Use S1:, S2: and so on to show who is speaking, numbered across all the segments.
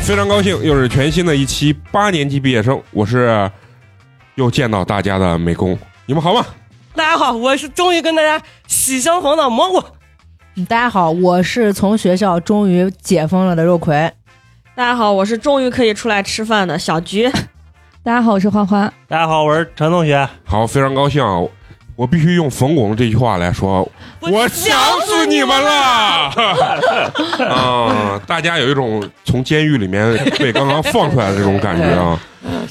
S1: 非常高兴，又是全新的一期八年级毕业生，我是又见到大家的美工，你们好吗？
S2: 大家好，我是终于跟大家喜相逢的蘑菇。
S3: 嗯大家好，我是从学校终于解封了的肉葵。
S4: 大家好，我是终于可以出来吃饭的小菊。
S5: 大家好，我是花花。
S6: 大家好，我是陈同学。
S1: 好，非常高兴，啊！我必须用冯巩这句话来说，我想死你们了！啊， 大家有一种从监狱里面被刚刚放出来的这种感觉 啊。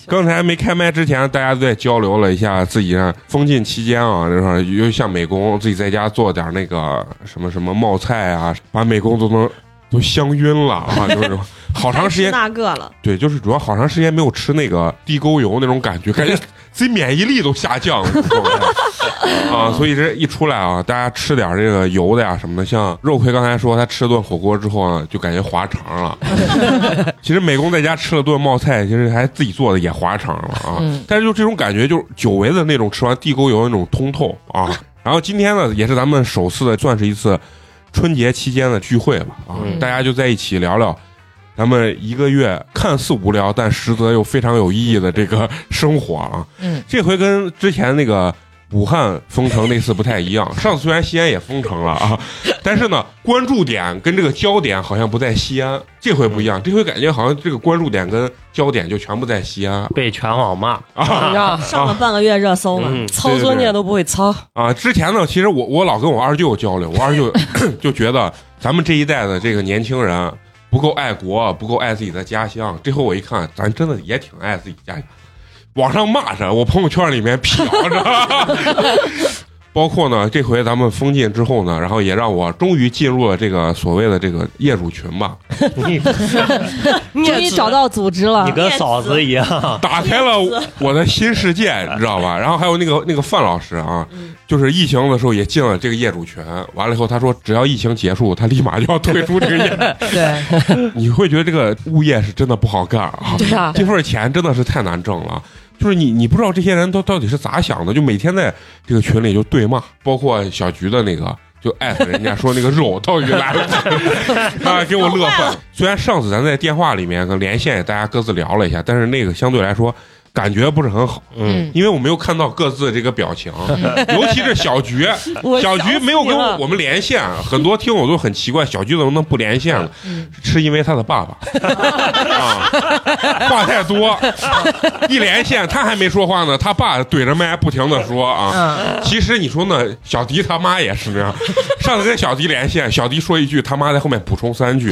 S1: 刚才没开麦之前，大家都在交流了一下自己啊封禁期间啊，就是尤其像美工自己在家做点那个什么什么冒菜啊，把美工都能都香晕了啊，就是好长时间
S4: 该吃那个了，
S1: 对，就是主要好长时间没有吃那个地沟油那种感觉，感 觉自己免疫力都下降了，你知道吗
S3: 嗯
S1: 啊，所以这一出来啊，大家吃点这个油的呀什么的，像肉葵刚才说他吃顿火锅之后啊，就感觉滑肠 了。其实美工在家吃了顿冒菜，其实还自己做的也滑肠了啊，
S3: 嗯
S1: 但是就这种感觉，就是久违的那种吃完地沟油那种通透啊。然后今天呢，也是咱们首次的，算是一次春节期间的聚会吧啊，
S2: 嗯
S1: 大家就在一起聊聊咱们一个月看似无聊，但实则又非常有意义的这个生活啊。
S3: 嗯，
S1: 这回跟之前那个武汉封城那次不太一样，上次虽然西安也封城了啊，但是呢，关注点跟这个焦点好像不在西安，这回不一样，这回感觉好像这个关注点跟焦点就全部在西安
S6: 被全网骂，
S1: 啊
S2: 呀，
S4: 上了半个月热搜了。
S6: 嗯，
S2: 操作你也都不会操，
S1: 啊！之前呢，其实我我老跟我二舅交流，我二舅 就觉得咱们这一代的这个年轻人不够爱国，不够爱自己的家乡。这回我一看，咱真的也挺爱自己家乡。网上骂着，我朋友圈里面瞟着， 包括呢，这回咱们封禁之后呢，然后也让我终于进入了这个所谓的这个业主群吧，
S6: 你
S4: 嗯
S2: 终于找到组织 了
S6: 你跟嫂子一样，
S1: 打开 了我的新世界，你知道吧？然后还有那个那个范老师啊，
S2: 嗯
S1: 就是疫情的时候也进了这个业主群，完了以后他说只要疫情结束，他立马就要退出这个业 主。
S3: 对，
S1: 你会觉得这个物业是真的不好干啊，
S2: 对啊，
S1: 这份钱真的是太难挣了。就是你，你不知道这些人都到底是咋想的，就每天在这个群里就对骂，包括小菊的那个，就艾特人家说那个肉到底 来了，啊，给我乐坏了。虽然上次咱在电话里面跟连线，大家各自聊了一下，但是那个相对来说感觉不是很好，
S6: 嗯，
S1: 因为我没有看到各自的这个表 情，尤其是小菊，
S2: 我
S1: 小
S2: 想
S1: 菊
S2: 死
S1: 没有
S2: 你
S1: 跟
S2: 了
S1: 我们连线，啊很多听友都很奇怪，小菊怎么能不连线了？
S2: 嗯
S1: 是因为他的爸爸 啊，话太多，一连线他还没说话呢，他爸怼着麦不停的说啊。
S3: 嗯，
S1: 其实你说呢，小迪他妈也是那 样。上次跟小迪连线，小迪说一句，他妈在后面补充三 句。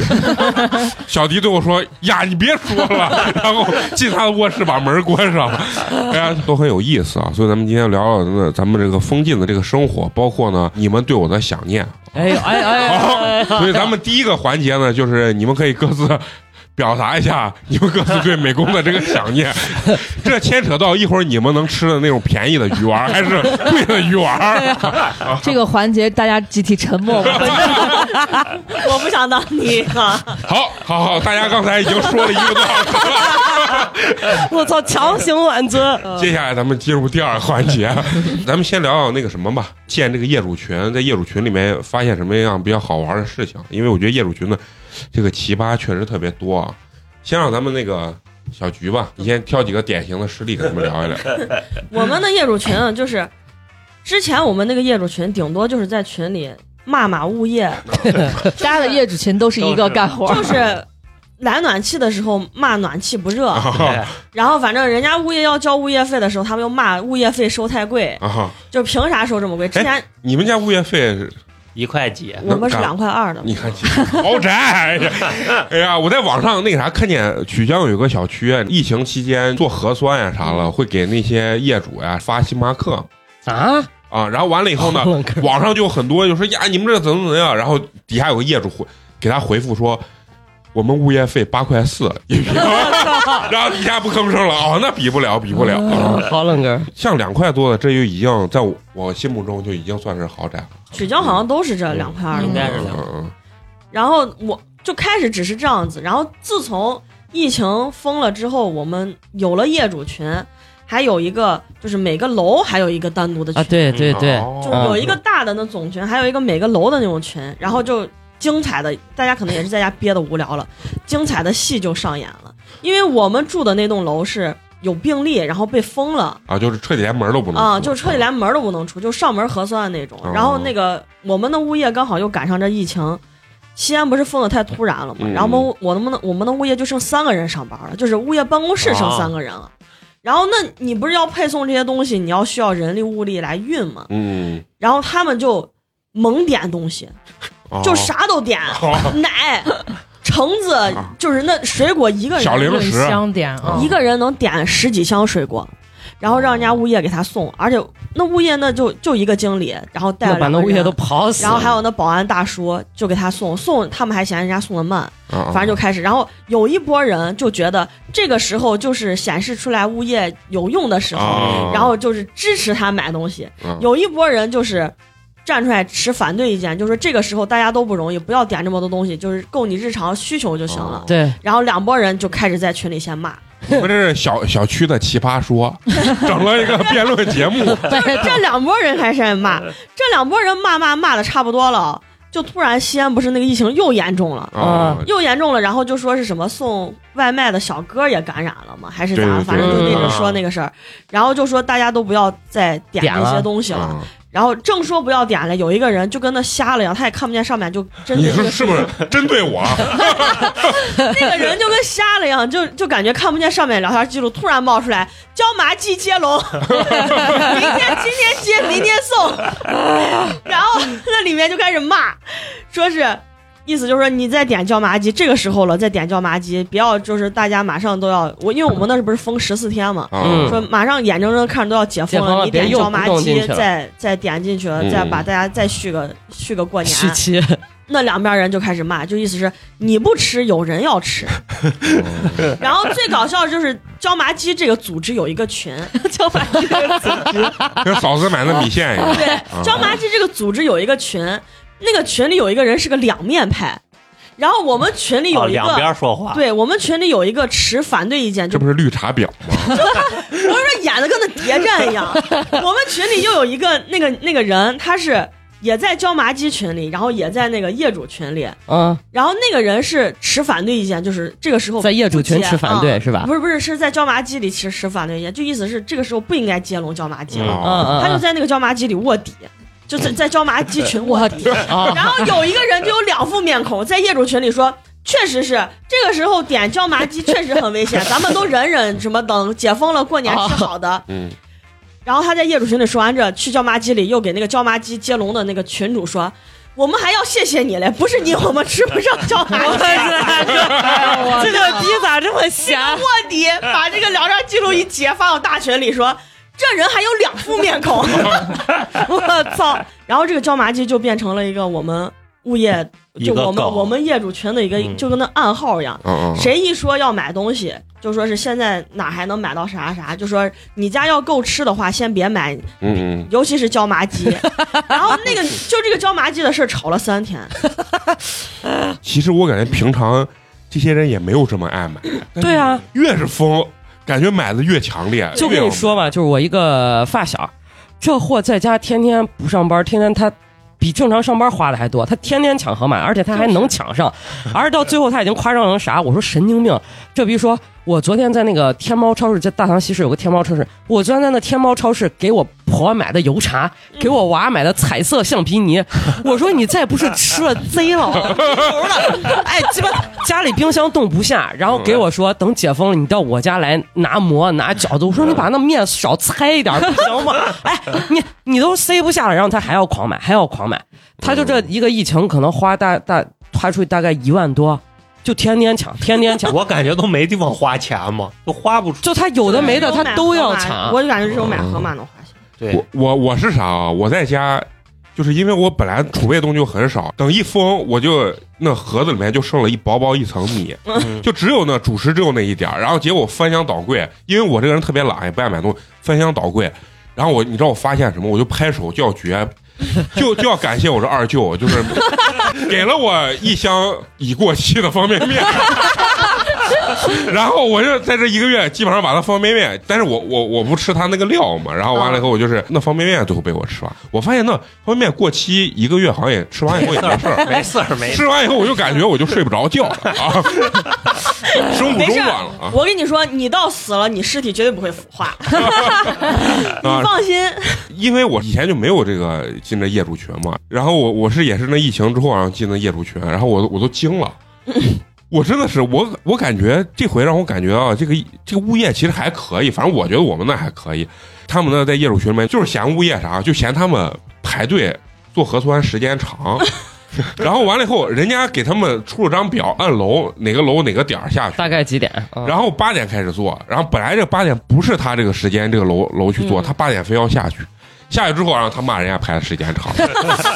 S1: 小迪对我说：“呀，你别说 了。”然后进他的卧室，把门关上了。大家都很有意思啊，所以咱们今天聊聊咱们咱们这个封禁的这个生活，包括呢你们对我的想念。
S2: 哎呦哎哎哎
S1: 所以咱们第一个环节呢，就是你们可以各自表达一下你们各自对美工的这个想念。这牵扯到一会儿你们能吃的那种便宜的鱼丸，还是贵的鱼丸？
S5: 这个环节大家集体沉默吧。
S4: 我不想当 你啊！
S1: 好，好，好，大家刚才已经说了一个多小时了，
S2: 哎，我操，强行挽尊，
S4: 呃
S1: 接下来咱们进入第二个环节，咱们先聊聊那个什么吧，建这个业主群，在业主群里面发现什么样比较好玩的事情？因为我觉得业主群的这个奇葩确实特别多啊。先让咱们那个小菊吧，你先挑几个典型的事例跟咱们聊一聊。
S4: 我们的业主群啊就是，之前我们那个业主群顶多就是在群里骂骂 物业，
S5: 大家的业主群都是一个干活，
S4: 就是来暖气的时候骂暖气不热，
S1: 啊
S4: 然后反正人家物业要交物业费的时候，他们又骂物业费收太贵，
S1: 啊！
S4: 就凭啥收这么贵？之前
S1: 你们家物业费是，
S6: 一块几，
S4: 我们是
S1: 哎那
S4: 两块二的，
S1: 你看豪宅，哎呀，哎呀，我在网上那啥看见曲江有个小区，啊疫情期间做核酸呀啥了，会给那些业主呀发星巴克
S2: 啊，
S1: 啊，然后完了以 后呢，网上就很多就说呀，你们这怎么怎么样，然后底下有个业主回给他回复说。我们物业费八块四一平， 然后底下不吭声了哦，那比不了，比不了啊！
S2: 好冷根，
S1: 像两块多的，这就已经在我我心目中就已经算是豪宅了。
S4: 曲江好像都是这两块二的
S6: 应。该是
S1: 嗯
S6: 两。
S1: 嗯嗯
S4: 然后我就开始只是这样子，然后自从疫情封了之后，我们有了业主群，还有一个就是每个楼还有一个
S3: 啊
S4: 单独的群，
S2: 啊，对对对，
S1: 哦
S4: 就有一个大的那总群，还有一个每个楼的那种群，然后就精彩的，大家可能也是在家憋得无聊了，精彩的戏就上演了。因为我们住的那栋楼是有病例，然后被封了，
S1: 啊，就是彻底连门都不能
S4: 啊，
S1: 出
S4: 就是彻底连门儿都不能出，就上门核酸的那种
S1: 哦。
S4: 然后那个我们的物业刚好又赶上这疫情，西安不是封的太突然了嘛，
S1: 嗯
S4: 然后我们我能不能我们的物业就剩三个人上班了，就是物业办公室剩
S6: 哦
S4: 三个人了。然后那你不是要配送这些东西，你要需要人力物力来运嘛？
S1: 嗯，
S4: 然后他们就猛点东西，
S1: 哦
S4: 就啥都 点，
S1: 哦
S4: 奶、橙子，就是那水果一个人
S1: 啊小零
S3: 论
S1: 食
S3: 香点啊，
S4: 一个人能点十几箱水果，然后让人家物业给他送，而且那物业那就就一个经理，然后带了
S2: 那把
S4: 两个
S2: 那物业
S4: 人
S2: 都跑死了。
S4: 然后还有那保安大叔就给他送送，他们还嫌人家送的慢，
S1: 啊，
S4: 反正就开始。然后有一波人就觉得这个时候就是显示出来物业有用的时候，
S1: 啊
S4: 然后就是支持他买东西。
S1: 啊
S4: 有一波人就是站出来持反对意见，就是这个时候大家都不容易，不要点这么多东西，就是够你日常需求就行了。
S1: 哦
S2: 对，
S4: 然后两拨人就开始在群里先骂，
S1: 你们这是小小区的奇葩说，整了一个辩论节目，
S4: 这两拨人开始骂，这两拨人骂骂骂的差不多了，就突然西安不是那个疫情又严重了，
S1: 啊，
S4: 又严重了，然后就说是什么送外卖的小哥也感染了嘛，还是咋
S1: 对对
S4: 的，
S1: 对
S4: 反正就一直
S6: 嗯
S4: 说那个事儿，然后就说大家都不要再点
S2: 点
S4: 那些
S2: 了
S4: 东西了。
S1: 啊
S4: 然后正说不要点了，有一个人就跟那瞎了一样，他也看不见上面，就针
S1: 你
S4: 对这
S1: 说
S4: 个
S1: 是不是针对我？啊
S4: 那个人就跟瞎了一样，就就感觉看不见上面聊天记录，突然冒出来椒麻鸡接龙， 明天今天接，明天送， 然后那里面就开始骂，说是。意思就是说，你再点椒麻鸡，这个时候了，再点椒麻鸡，不要就是大家马上都要我，因为我们那是不是封十四天嘛，
S1: 啊
S2: 嗯
S4: 说马上眼睁睁看着都要解封
S2: 解封了
S4: 你点
S2: 别又
S4: 椒麻
S2: 弄进
S4: 鸡
S2: 去了
S4: 再再点进去了，
S1: 嗯
S4: 再把大家再续个续个过年， 啊
S2: 续期
S4: 那两边人就开始骂，就意思是你不吃，有人要吃。然后最搞笑的就是椒麻鸡这个组织有一个群，椒麻鸡
S1: 跟嫂子买的米线一样。
S4: 对，椒麻鸡这个组织有一个群，那个群里有一个人是个两面派，然后我们群里
S6: 哦
S4: 有一
S6: 两
S4: 个，
S6: 边说话，
S4: 对我们群里有一个持反对意见，就
S1: 这不是绿茶婊吗？
S4: 我是说演的跟那谍战一样。我们群里又有一个那个那个人，他是也在椒麻鸡群里，然后也在那个业主群里，
S2: 嗯，
S4: 然后那个人是持反对意见，就是这个时候
S2: 在业主群持反对
S4: 嗯
S2: 是吧
S4: 不是不是，是在椒麻鸡里持持反对意见，就意思是这个时候不应该接龙椒麻鸡了。
S1: 嗯
S3: 哦
S2: 嗯嗯，
S4: 他就在那个椒麻鸡里卧底，就在在椒麻鸡群 卧底。
S2: 啊
S4: 然后有一个人就有两副面孔，在业主群里说。确实是，这个时候点椒麻鸡确实很危险，咱们都忍忍，什么等解封了过年吃好的。
S1: 嗯，
S4: 然后他在业主群里说完这，去椒麻鸡里又给那个椒麻鸡接龙的那个群主说，我们还要谢谢你嘞，不是你我们吃不上椒麻鸡。啊
S2: 这个逼咋这么
S4: 这
S2: 瞎
S4: 个？ 卧底把这个聊天记录一截发到大群里说。这人还有两副面孔，我操！然后这个椒麻鸡就变成了一个我们物业，
S6: 一
S4: 就
S6: 个
S4: 我们
S6: 梗
S4: 我们业主群的一个，
S6: 嗯
S4: 就跟那暗号一样。
S1: 嗯嗯，
S4: 谁一说要买东西，就说是现在哪还能买到啥啥，就说你家要够吃的话，先别买，
S1: 嗯
S4: 尤其是椒麻鸡。然后那个就这个椒麻鸡的事儿吵了三天，
S1: 嗯，其实我感觉平常这些人也没有这么爱买，
S2: 对啊，
S1: 越是疯，感觉买的越强烈。
S2: 就跟你说吧，就是我一个发小，这货在家天天不上班，天天他比正常上班花的还多，他天天抢盒马，而且他还能抢上，而到最后他已经夸张成啥？我说神经病！这逼说，我昨天在那个天猫超市，在大唐西市有个天猫超市，我昨天在那天猫超市给我婆买的油茶，给我娃买的彩色橡皮 泥，我说你再不是吃了贼了， 头了，哎，鸡巴家里冰箱冻不下，然后给我说等解封了你到我家来拿馍拿饺子，我说你把那面少拆一点 不行吗？哎，你你都塞不下了，然后他还要狂买，还要狂买，他就这一个疫情可能花大大花出去大概一万多，就天天抢，天天 抢，
S6: 我感觉都没地方花钱嘛， 都花不出。
S2: 就他有的没的他都要抢，
S4: 我就感觉这种买盒马能花钱。
S6: 对
S1: 我我我是啥啊？我在家，就是因为我本来储备的东西就很少，等一封我就那盒子里面就剩了一薄薄一层米，
S6: 嗯
S1: 就只有那主食只有那一点儿，然后结果翻箱倒柜，因为我这个人特别懒，也不爱买东西，翻箱倒柜。然后我，你知道我发现什么？我就拍手叫 绝，就就要感谢我这二舅， 就是给了我一箱已过期的方便面， 然后我就在这一个月基本上把它方便面，但是我我我不吃它那个料嘛，然后完了以后我
S4: 嗯
S1: 就是那方便面最后被我吃完，我发现那方便面过期一个月好像也吃完以后也没事 儿，
S6: 没事 儿没事
S1: 吃完以后我就感觉我就睡不着觉了啊，生不
S4: 没
S1: 中
S4: 事
S1: 断
S4: 儿
S1: 了啊，
S4: 我跟你说，你到死了，你尸体绝对不会腐 化，
S1: 啊
S4: 你放心。
S1: 因为我以前就没有这个进的业主群嘛，然后我我是也是那疫情之后然后进的业主群，然后我我都惊了，我真的是我我感觉这回让我感觉啊，这个这个物业其实还可以，反正我觉得我们那还可以，他们那在业主群里面就是嫌物业啥，就嫌他们排队做核酸时间长。然后完了以后，人家给他们出了张表，按楼哪个楼哪个点儿下去，
S2: 大概几点？嗯
S1: 然后八点开始做，然后本来这八点不是他这个时间这个楼楼去
S2: 嗯
S1: 做，他八点非要下去。下去之后，然后他骂人家排的时间 长，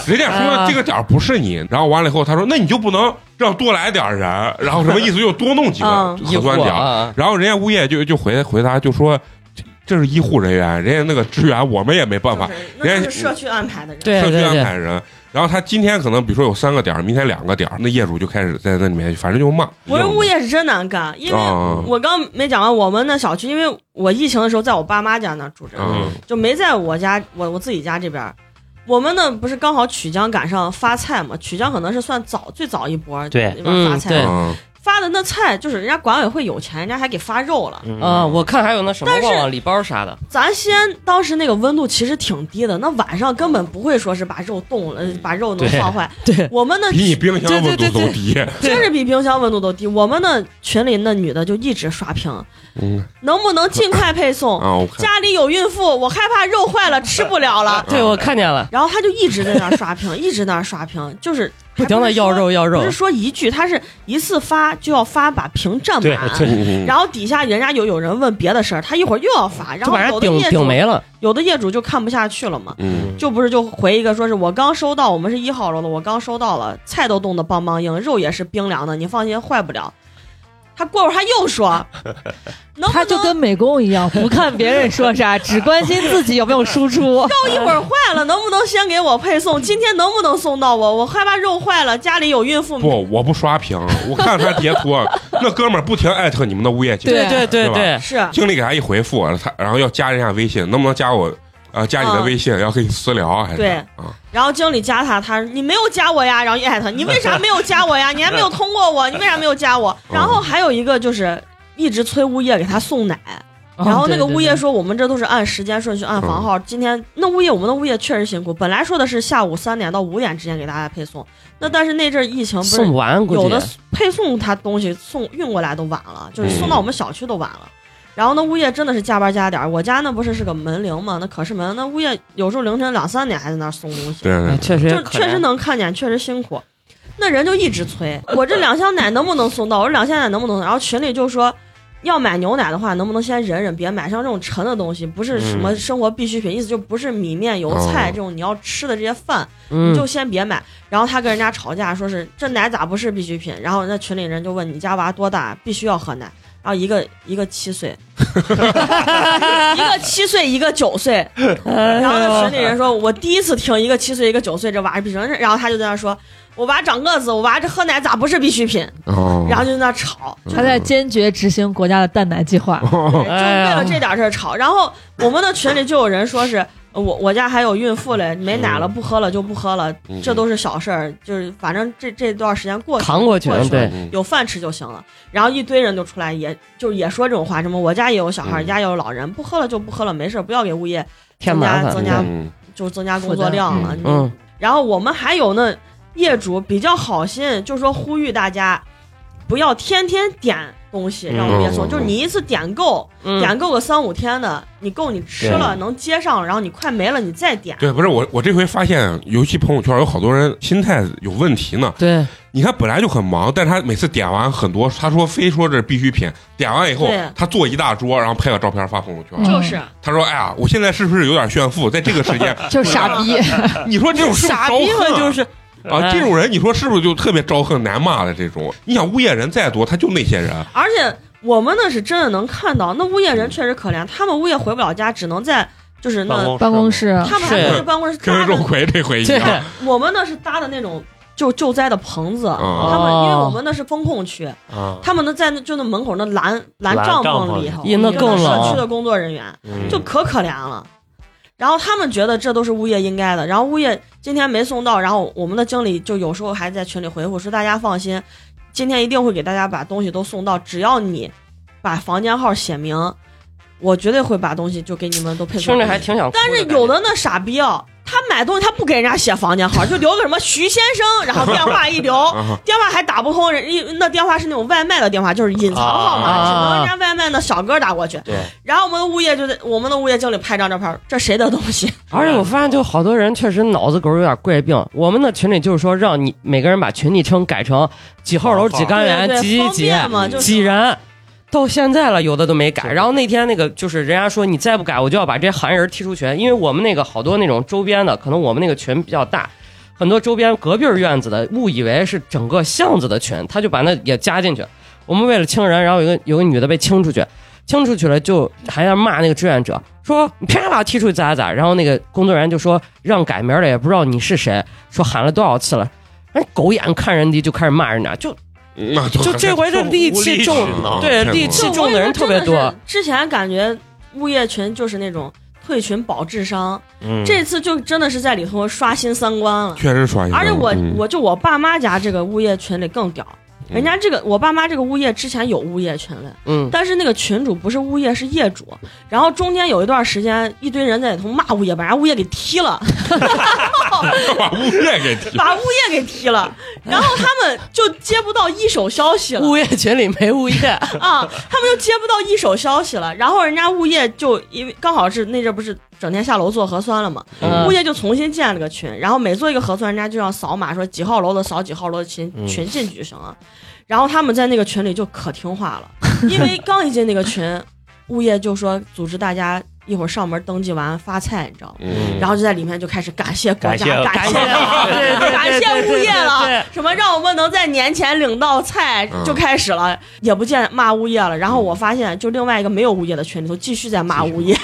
S1: 人家说
S2: 啊
S1: 这个点儿不是你，然后完了以后，他说那你就不能让多来点儿人，然后什么意思？就多弄几个
S4: 嗯
S1: 核酸点儿，
S2: 啊，
S1: 然后人家物业就就回回答就说这这是医护人员，人家那个支援我们也没办法，
S4: 那
S1: 人家
S4: 就是社区安排的人。
S2: 对
S1: 社
S2: 对
S1: 区安
S2: 对，
S1: 排人。然后他今天可能比如说有三个点儿，明天两个点儿，那业主就开始在那里面反正就骂。
S4: 我这物业是真难干，因为
S1: 啊
S4: 我刚没讲完，我们那小区，因为我疫情的时候在我爸妈家那住着，
S1: 嗯
S4: 就没在我家我我自己家这边儿。我们呢不是刚好曲江赶上发菜嘛？曲江可能是算早最早一波儿
S6: 对
S4: 地方发
S2: 嗯
S4: 菜
S2: 对
S4: 的，
S1: 嗯
S4: 发的那菜就是人家管委会有钱，人家还给发肉了。
S2: 啊，我看还有那什么
S4: 嗯但是
S2: 旺旺礼包啥的，
S4: 咱西安当时那个温度其实挺低的，那晚上根本不会说是把肉冻了，把肉能
S6: 对
S4: 放坏。
S2: 嗯对
S4: 我们那
S1: 比 你冰箱温度
S2: 对对对
S1: 都低。啊
S4: 真是比冰箱温度都低。我们那群里那女的就一直刷屏，
S1: 嗯
S4: 能不能尽快配送？
S2: 嗯哦
S1: 啊，我看
S4: 家里有孕妇，我害怕肉坏了吃不了
S1: 啊
S4: 了。
S2: 对我看见了，
S4: 然后她就一直在那儿刷屏，一直在那儿刷屏，就是
S2: 不停的要肉要
S4: 不
S2: 肉
S4: 是，说一句，她是一次发就要发把屏占
S6: 对
S4: 满。
S6: 对
S1: 嗯
S4: 然后底下人家又有人问别的事儿，她一会儿又要发，然
S2: 就
S4: 后
S2: 把人
S4: 有的
S2: 顶
S4: 业
S2: 顶
S4: 主
S2: 没了。
S4: 有的业主就看不下去了嘛，
S1: 嗯
S4: 就不是就回一个说是我刚收到，我们是一号楼的，我刚收到了，菜都冻得梆梆硬，肉也是冰凉的，你放心坏不了。他过会儿他又 说，能不
S5: 他
S4: 能
S5: 就跟美工一样，不看别人说啥，只关心自己有没有输 出。
S4: 肉一会儿坏 了，能不能先给我配送？今天能不能送到我？我害怕肉坏了，家里有孕妇。
S1: 不，我不刷屏，我看他截图，啊那哥们儿不停艾特你们的物业经理，
S2: 对
S5: 对
S2: 对
S1: 是吧
S4: 是
S2: 对，
S1: 经理给他一回复，他然后要加人家微信，能不能加我？啊，加你的微信，要跟你私聊啊还是
S4: 嗯对
S1: 啊？
S4: 然后经理加他，他说你没有加我呀，然后一艾特你为啥没有加我呀？你还没有通过我，你为啥没有加
S5: 哦
S4: 我？然后还有一个就是一直催物业给他送奶，
S2: 哦
S4: 然后那个物
S3: 哦
S4: 业说我们这都是按时间顺序按房
S2: 嗯
S4: 号，今天那物业我们的物业确实辛苦，本来说的是下午三点到五点之间给大家配送，那但是那阵儿疫情不
S2: 送
S4: 是
S2: 不啊完，估
S4: 有的
S2: 计
S4: 配送他东西送运过来都晚了，就是
S1: 嗯
S4: 送到我们小区都晚了。然后那物业真的是加班加点儿，我家那不是是个门铃嘛，那可视门，那物业有时候凌晨两三点还在那儿送东西。
S1: 对啊
S2: 哎
S1: 对
S2: 确实也
S4: 就
S2: 可
S4: 确实
S2: 怜
S4: 能看见，确实辛苦。那人就一直催我这两箱奶能不能送到，我这两箱奶能不能送到？然后群里就说，要买牛奶的话，能不能先忍忍，别买像这种沉的东西，不
S2: 嗯
S4: 是什么生活必需品，意思就不是米面油菜、
S1: 哦
S4: 这种你要吃的这些饭，
S2: 嗯
S4: 你就先别买。然后他跟人家吵架，说是这奶咋不是必需品？然后那群里人就问你家娃多大，必须要喝奶。然后一个一个七岁， 一个七岁，一个九岁，然
S2: 哎
S4: 后那群里人说，我第一次听一个七岁一个九岁这娃是必须品，然后他就在那说，我娃长个子，我娃这喝奶咋不是必需品？
S1: 哦
S4: 嗯然后就在那吵，
S5: 他在坚决执行国家的蛋奶计划。
S4: 就
S1: 哦
S4: 为
S2: 哎
S4: 了这点事儿吵。然后我们的群里就有人说是呃我我家还有孕妇嘞，没奶
S1: 嗯
S4: 了不喝了就不喝了，这都是小事儿，就是反正这这段时间过去了
S2: 扛过去
S4: 过去，了
S2: 对，
S1: 嗯
S4: 有饭吃就行了。然后一堆人就出来也，就也说这种话，什么我家也有小孩，
S1: 嗯
S4: 家也有老人，不喝了就不喝了，没事儿，不要给物业
S2: 添麻烦，
S4: 增加
S1: 嗯
S4: 就是增加工作量了。
S1: 嗯
S4: 你
S2: 嗯，
S4: 然后我们还有呢，业主比较好心，就说呼吁大家不要天天点东西让物业送，
S1: 嗯
S4: 就是你一次点够，
S2: 嗯
S4: 点够个三五天的，你够你吃了能接上，然后你快没了你再点。
S1: 对，不是我，我这回发现，尤其朋友圈有好多人心态有问题呢。
S2: 对，
S1: 你看，本来就很忙，但他每次点完很多，他说非说这是必需品，点完以后
S4: 对，
S1: 他做一大桌，然后拍个照片发朋友圈。
S4: 就是
S1: 他说：“哎呀，我现在是不是有点炫富？在这个时间，
S5: 就是 傻逼，
S1: 你说这种是不是
S2: 傻逼
S1: 招
S2: 嘛
S1: 恨啊
S2: 就是
S1: 啊，
S2: 哎
S1: 这种人你说是不是就特别招恨、难骂的这种？你想物业人再多，他就那些人，
S4: 而且我们那是真的能看到，那物业人确实可怜，他们物业回不了家，只能在就是那
S5: 办公室
S4: 他们还不是办公室
S1: 跟
S4: 搭
S1: 肉
S4: 的，
S1: 葵这回一啊
S2: 对
S1: 样。
S4: 我们那是搭的那种就救灾的棚子，
S1: 哦
S4: 他们因为我们那是封控区，
S6: 啊，
S4: 他们能在那就那门口那蓝蓝
S6: 蓝
S4: 帐
S6: 帐
S4: 篷
S6: 篷
S4: 里
S6: 里
S4: 头，
S2: 咦那
S4: 就
S2: 更
S4: 社
S2: 冷
S4: 区的工作人员
S6: 嗯
S4: 就可可怜了。然后他们觉得这都是物业应该的，然后物业今天没送到，然后我们的经理就有时候还在群里回复说大家放心，今天一定会给大家把东西都送到，只要你把房间号写明，我绝对会把东西就给你们都配送。
S2: 听着还挺想哭
S4: 但
S2: 感觉。
S4: 是有的那傻逼啊，他买东西他不给人家写房间号，就留个什么徐先生，然后电话一留，
S1: 啊，
S4: 电话还打不通，人一那电话是那种外卖的电话，就是隐藏号码，
S6: 啊
S4: 只能人家外卖的小哥打过去。
S6: 对，
S4: 然后我们的物业就在我们的物业经理拍张照片，这谁的东西？
S2: 而且我发现，就好多人确实脑子狗有点怪病。我们的群里就是说，让你每个人把群昵称改成几号楼几干
S4: 对
S2: 员
S4: 哦对
S2: 几几
S4: 方
S2: 几
S4: 便嘛，就是
S2: 几人，啊到现在了有的都没改。
S6: 是
S2: 然后那天那个就是人家说你再不改，我就要把这韩人踢出群，因为我们那个好多那种周边的，可能我们那个群比较大。很多周边隔壁儿院子的误以为是整个巷子的群，他就把那也加进去。我们为了清人，然后有个有个女的被清出去，清出去了就还要骂那个志愿者，说你凭啥把我踢出去咋咋？然后那个工作人员就说让改名儿的也不知道你是谁，说喊了多少次了，人狗眼看人低就开始骂人家，就
S1: 那就
S2: 就这回这戾气重
S6: 无理取闹，
S2: 对
S1: 啊太
S2: 戾
S1: 多
S2: 气
S1: 了
S2: 重的人特别
S4: 就我跟你说真
S2: 多
S4: 的。是之前感觉物业群就是那种退群保智商，
S6: 嗯
S4: 这次就真的是在里头刷新三观了。
S1: 确实刷新了。
S4: 而且我
S1: 嗯
S4: 我就我爸妈家这个物业群里更屌，
S1: 嗯
S4: 人家这个我爸妈这个物业之前有物业群嘞。
S2: 嗯，
S4: 但是那个群主不是物业，是业主。然后中间有一段时间，一堆人在里头骂物业，把人家物业给踢了，
S1: 把 物业给踢
S4: 把物业给踢了。然后他们就接不到一手消息了
S2: 物业群里没物业，
S4: 啊，他们就接不到一手消息了。然后人家物业就因为刚好是那阵儿不是整天下楼做核酸了嘛，
S2: 嗯
S5: 呃
S4: 物业就重新建了个群，然后每做一个核酸，人家就要扫码说几号楼的扫几号楼的群
S6: 嗯
S4: 群进去就行了。然后他们在那个群里就可听话了，因为刚一进那个群，物业就说组织大家一会儿上门登记完发菜，你知道吗？
S1: 嗯
S4: 然后就在里面就开始感谢国
S6: 感
S4: 家，
S6: 谢
S4: 感谢
S2: 对对
S4: 感谢物业
S2: 对对对
S4: 了，什么让我们能在年前领到菜
S1: 嗯
S4: 就开始了，也不见骂物业了。然后我发现，就另外一个没有物业的群里头继续在骂物业，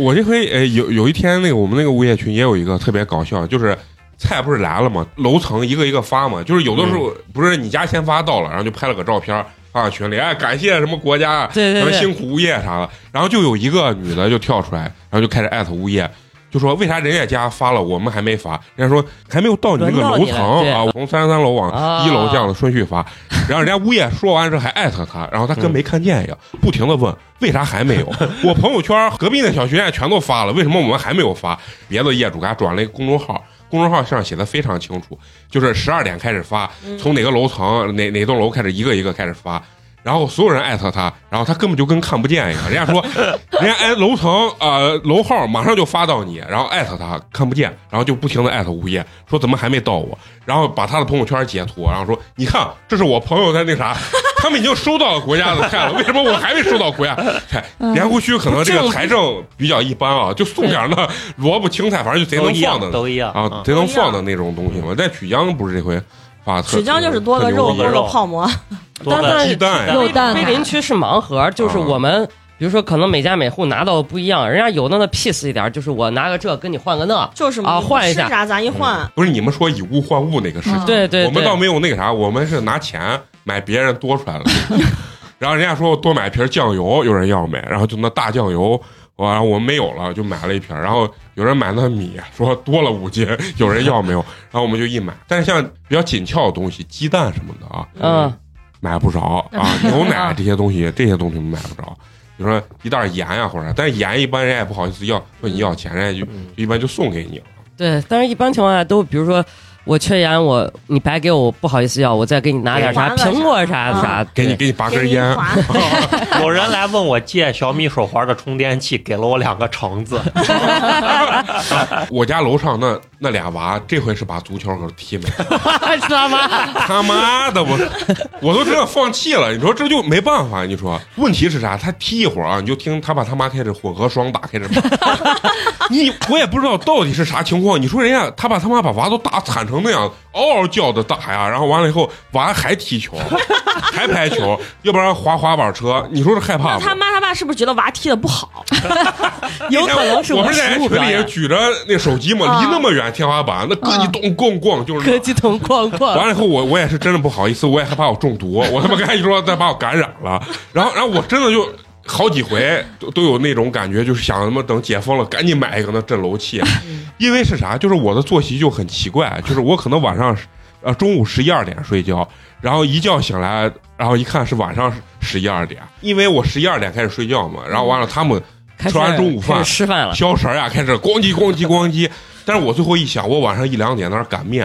S1: 我这回呃有有一天那个我们那个物业群也有一个特别搞笑，就是菜不是来了嘛，楼层一个一个发嘛，就是有的时候、不是你家先发到了，然后就拍了个照片发到群里，哎，感谢什么国家，
S2: 对对
S1: 什么
S2: 对
S1: 辛苦物业啥的，然后就有一个女的就跳出来，然后就开始艾特物业。就说为啥人家家发了，我们还没发？人家说还没有到你这个楼
S2: 轮到
S1: 层
S2: 你了
S1: 啊，从三十三楼往一楼这样的顺序发。然后人家物业说完之后还艾特他，然后他跟没看见一样，不停的问 为啥还没有？我朋友圈隔壁那小学院全都发了，为什么我们还没有发？别的业主给他转了一个公众号，公众号上写的非常清楚，就是十二点开始发，从哪个楼层哪哪栋楼开始一个一个开始发。然后所有人艾特他，然后他根本就跟看不见一样。人 家说，人家哎楼层呃楼号马上就发到你，然后艾特他看不见，然后就不停的艾特物业说怎么还没到我，然后把他的朋友圈截图，然后说你看这是我朋友在那啥，他们已经收到了国家的菜了，为什么我还没收到国家 菜？莲湖区可能这个财政比较一般啊，就送点儿那萝卜青菜，反正就贼
S6: 都
S1: 能
S6: 一
S1: 放
S6: 样，
S1: 的
S6: 都一样嗯
S1: 啊，贼能放的那种东西嘛。但曲江不是这回发特
S4: 曲江就是多个
S1: 特牛
S4: 肉，
S1: 逼
S4: 多个泡馍。
S6: 多
S2: 但
S6: 个
S2: 是
S1: 鸡蛋呀
S5: 肉 蛋
S2: 碑林区是盲盒，
S1: 啊
S2: 就是我们。比如说，可能每家每户拿到的不一样，人家有的那 peace 一点，就是我拿个这跟你换个那，
S4: 就是
S2: 啊换一下
S4: 是啥咱一换，
S1: 不是你们说以物换物那
S6: 嗯
S1: 个事
S5: 嗯
S1: 情，
S2: 对对对，
S1: 我们倒没有那个啥，我们是拿钱买别人多出 来的。然后人家说多买瓶酱油，有人要买，然后就那大酱油，我然后我没有了，就买了一瓶。然后有人买那米，说多了五斤，有人要没有， 然后我们就一买。但是像比较紧俏的东西，鸡蛋什么的啊，
S2: 嗯，
S1: 买不着 啊，牛奶这些东西，这些东西买不着。你说一袋盐呀、或者啥，但是盐一般人家也不好意思要，问你要钱，人家就
S6: 嗯
S1: 一般就送给你了。
S2: 对。但是一般情况下都，比如说我缺盐，我你白给我，我不好意思要，我再给你拿点啥
S4: 给你还个
S2: 苹果啥啊
S4: 啥
S2: 啥，
S1: 啊给你
S2: 对
S1: 给你拔
S4: 给
S1: 根
S4: 你
S1: 烟，
S4: 还。
S6: 有人来问我借小米手环的充电器，给了我两个 橙子，
S1: 我家楼上那那俩娃，这回是把足球给踢没了，
S5: 知道吗？
S1: 他妈的我我都知道放弃了。你说这就没办法，你说问题是啥？他踢一会儿啊，你就听他爸他妈开始混合双打开 始骂，你我也不知道到底是啥情况。你说人家他爸他妈把娃都打惨成成那样，嗷嗷叫的打呀，然后完了以后娃还踢球， 还拍球，要不然滑滑板车，你说这害怕
S4: 那他
S1: 不？
S4: 妈他爸是不是觉得娃踢的不好？
S2: 啊
S5: 有可能是
S1: 我
S5: 我
S1: 不是在
S5: 失
S1: 人
S5: 误
S1: 群
S5: 表
S1: 里
S5: 演。啊
S1: 举着那手机嘛，
S4: 啊
S1: 离那么远天花板，那咯叽咚咣咣就是
S2: 科
S1: 那。
S2: 技桶逛 逛，
S1: 完了以后我，我也是真的不好意思，我也害怕我中毒，我他妈跟他一说再把我感染了，然后然后我真的就好几回都都有那种感觉，就是想他妈等解封了赶紧买一个那镇楼器，啊
S2: 嗯
S1: 因为是啥，就是我的作息就很奇怪，就是我可能晚上呃中午十一二点睡觉，然后一觉醒来，然后一看是晚上十一二点，因为我十一二点开始睡觉嘛，然后完了他们
S2: 开始
S1: 吃完中午饭
S2: 开始吃
S4: 啊
S2: 饭 了，
S1: 消食儿呀，啊开始咣叽咣叽咣叽。但是我最后一想，我晚上一两点在那儿擀 面，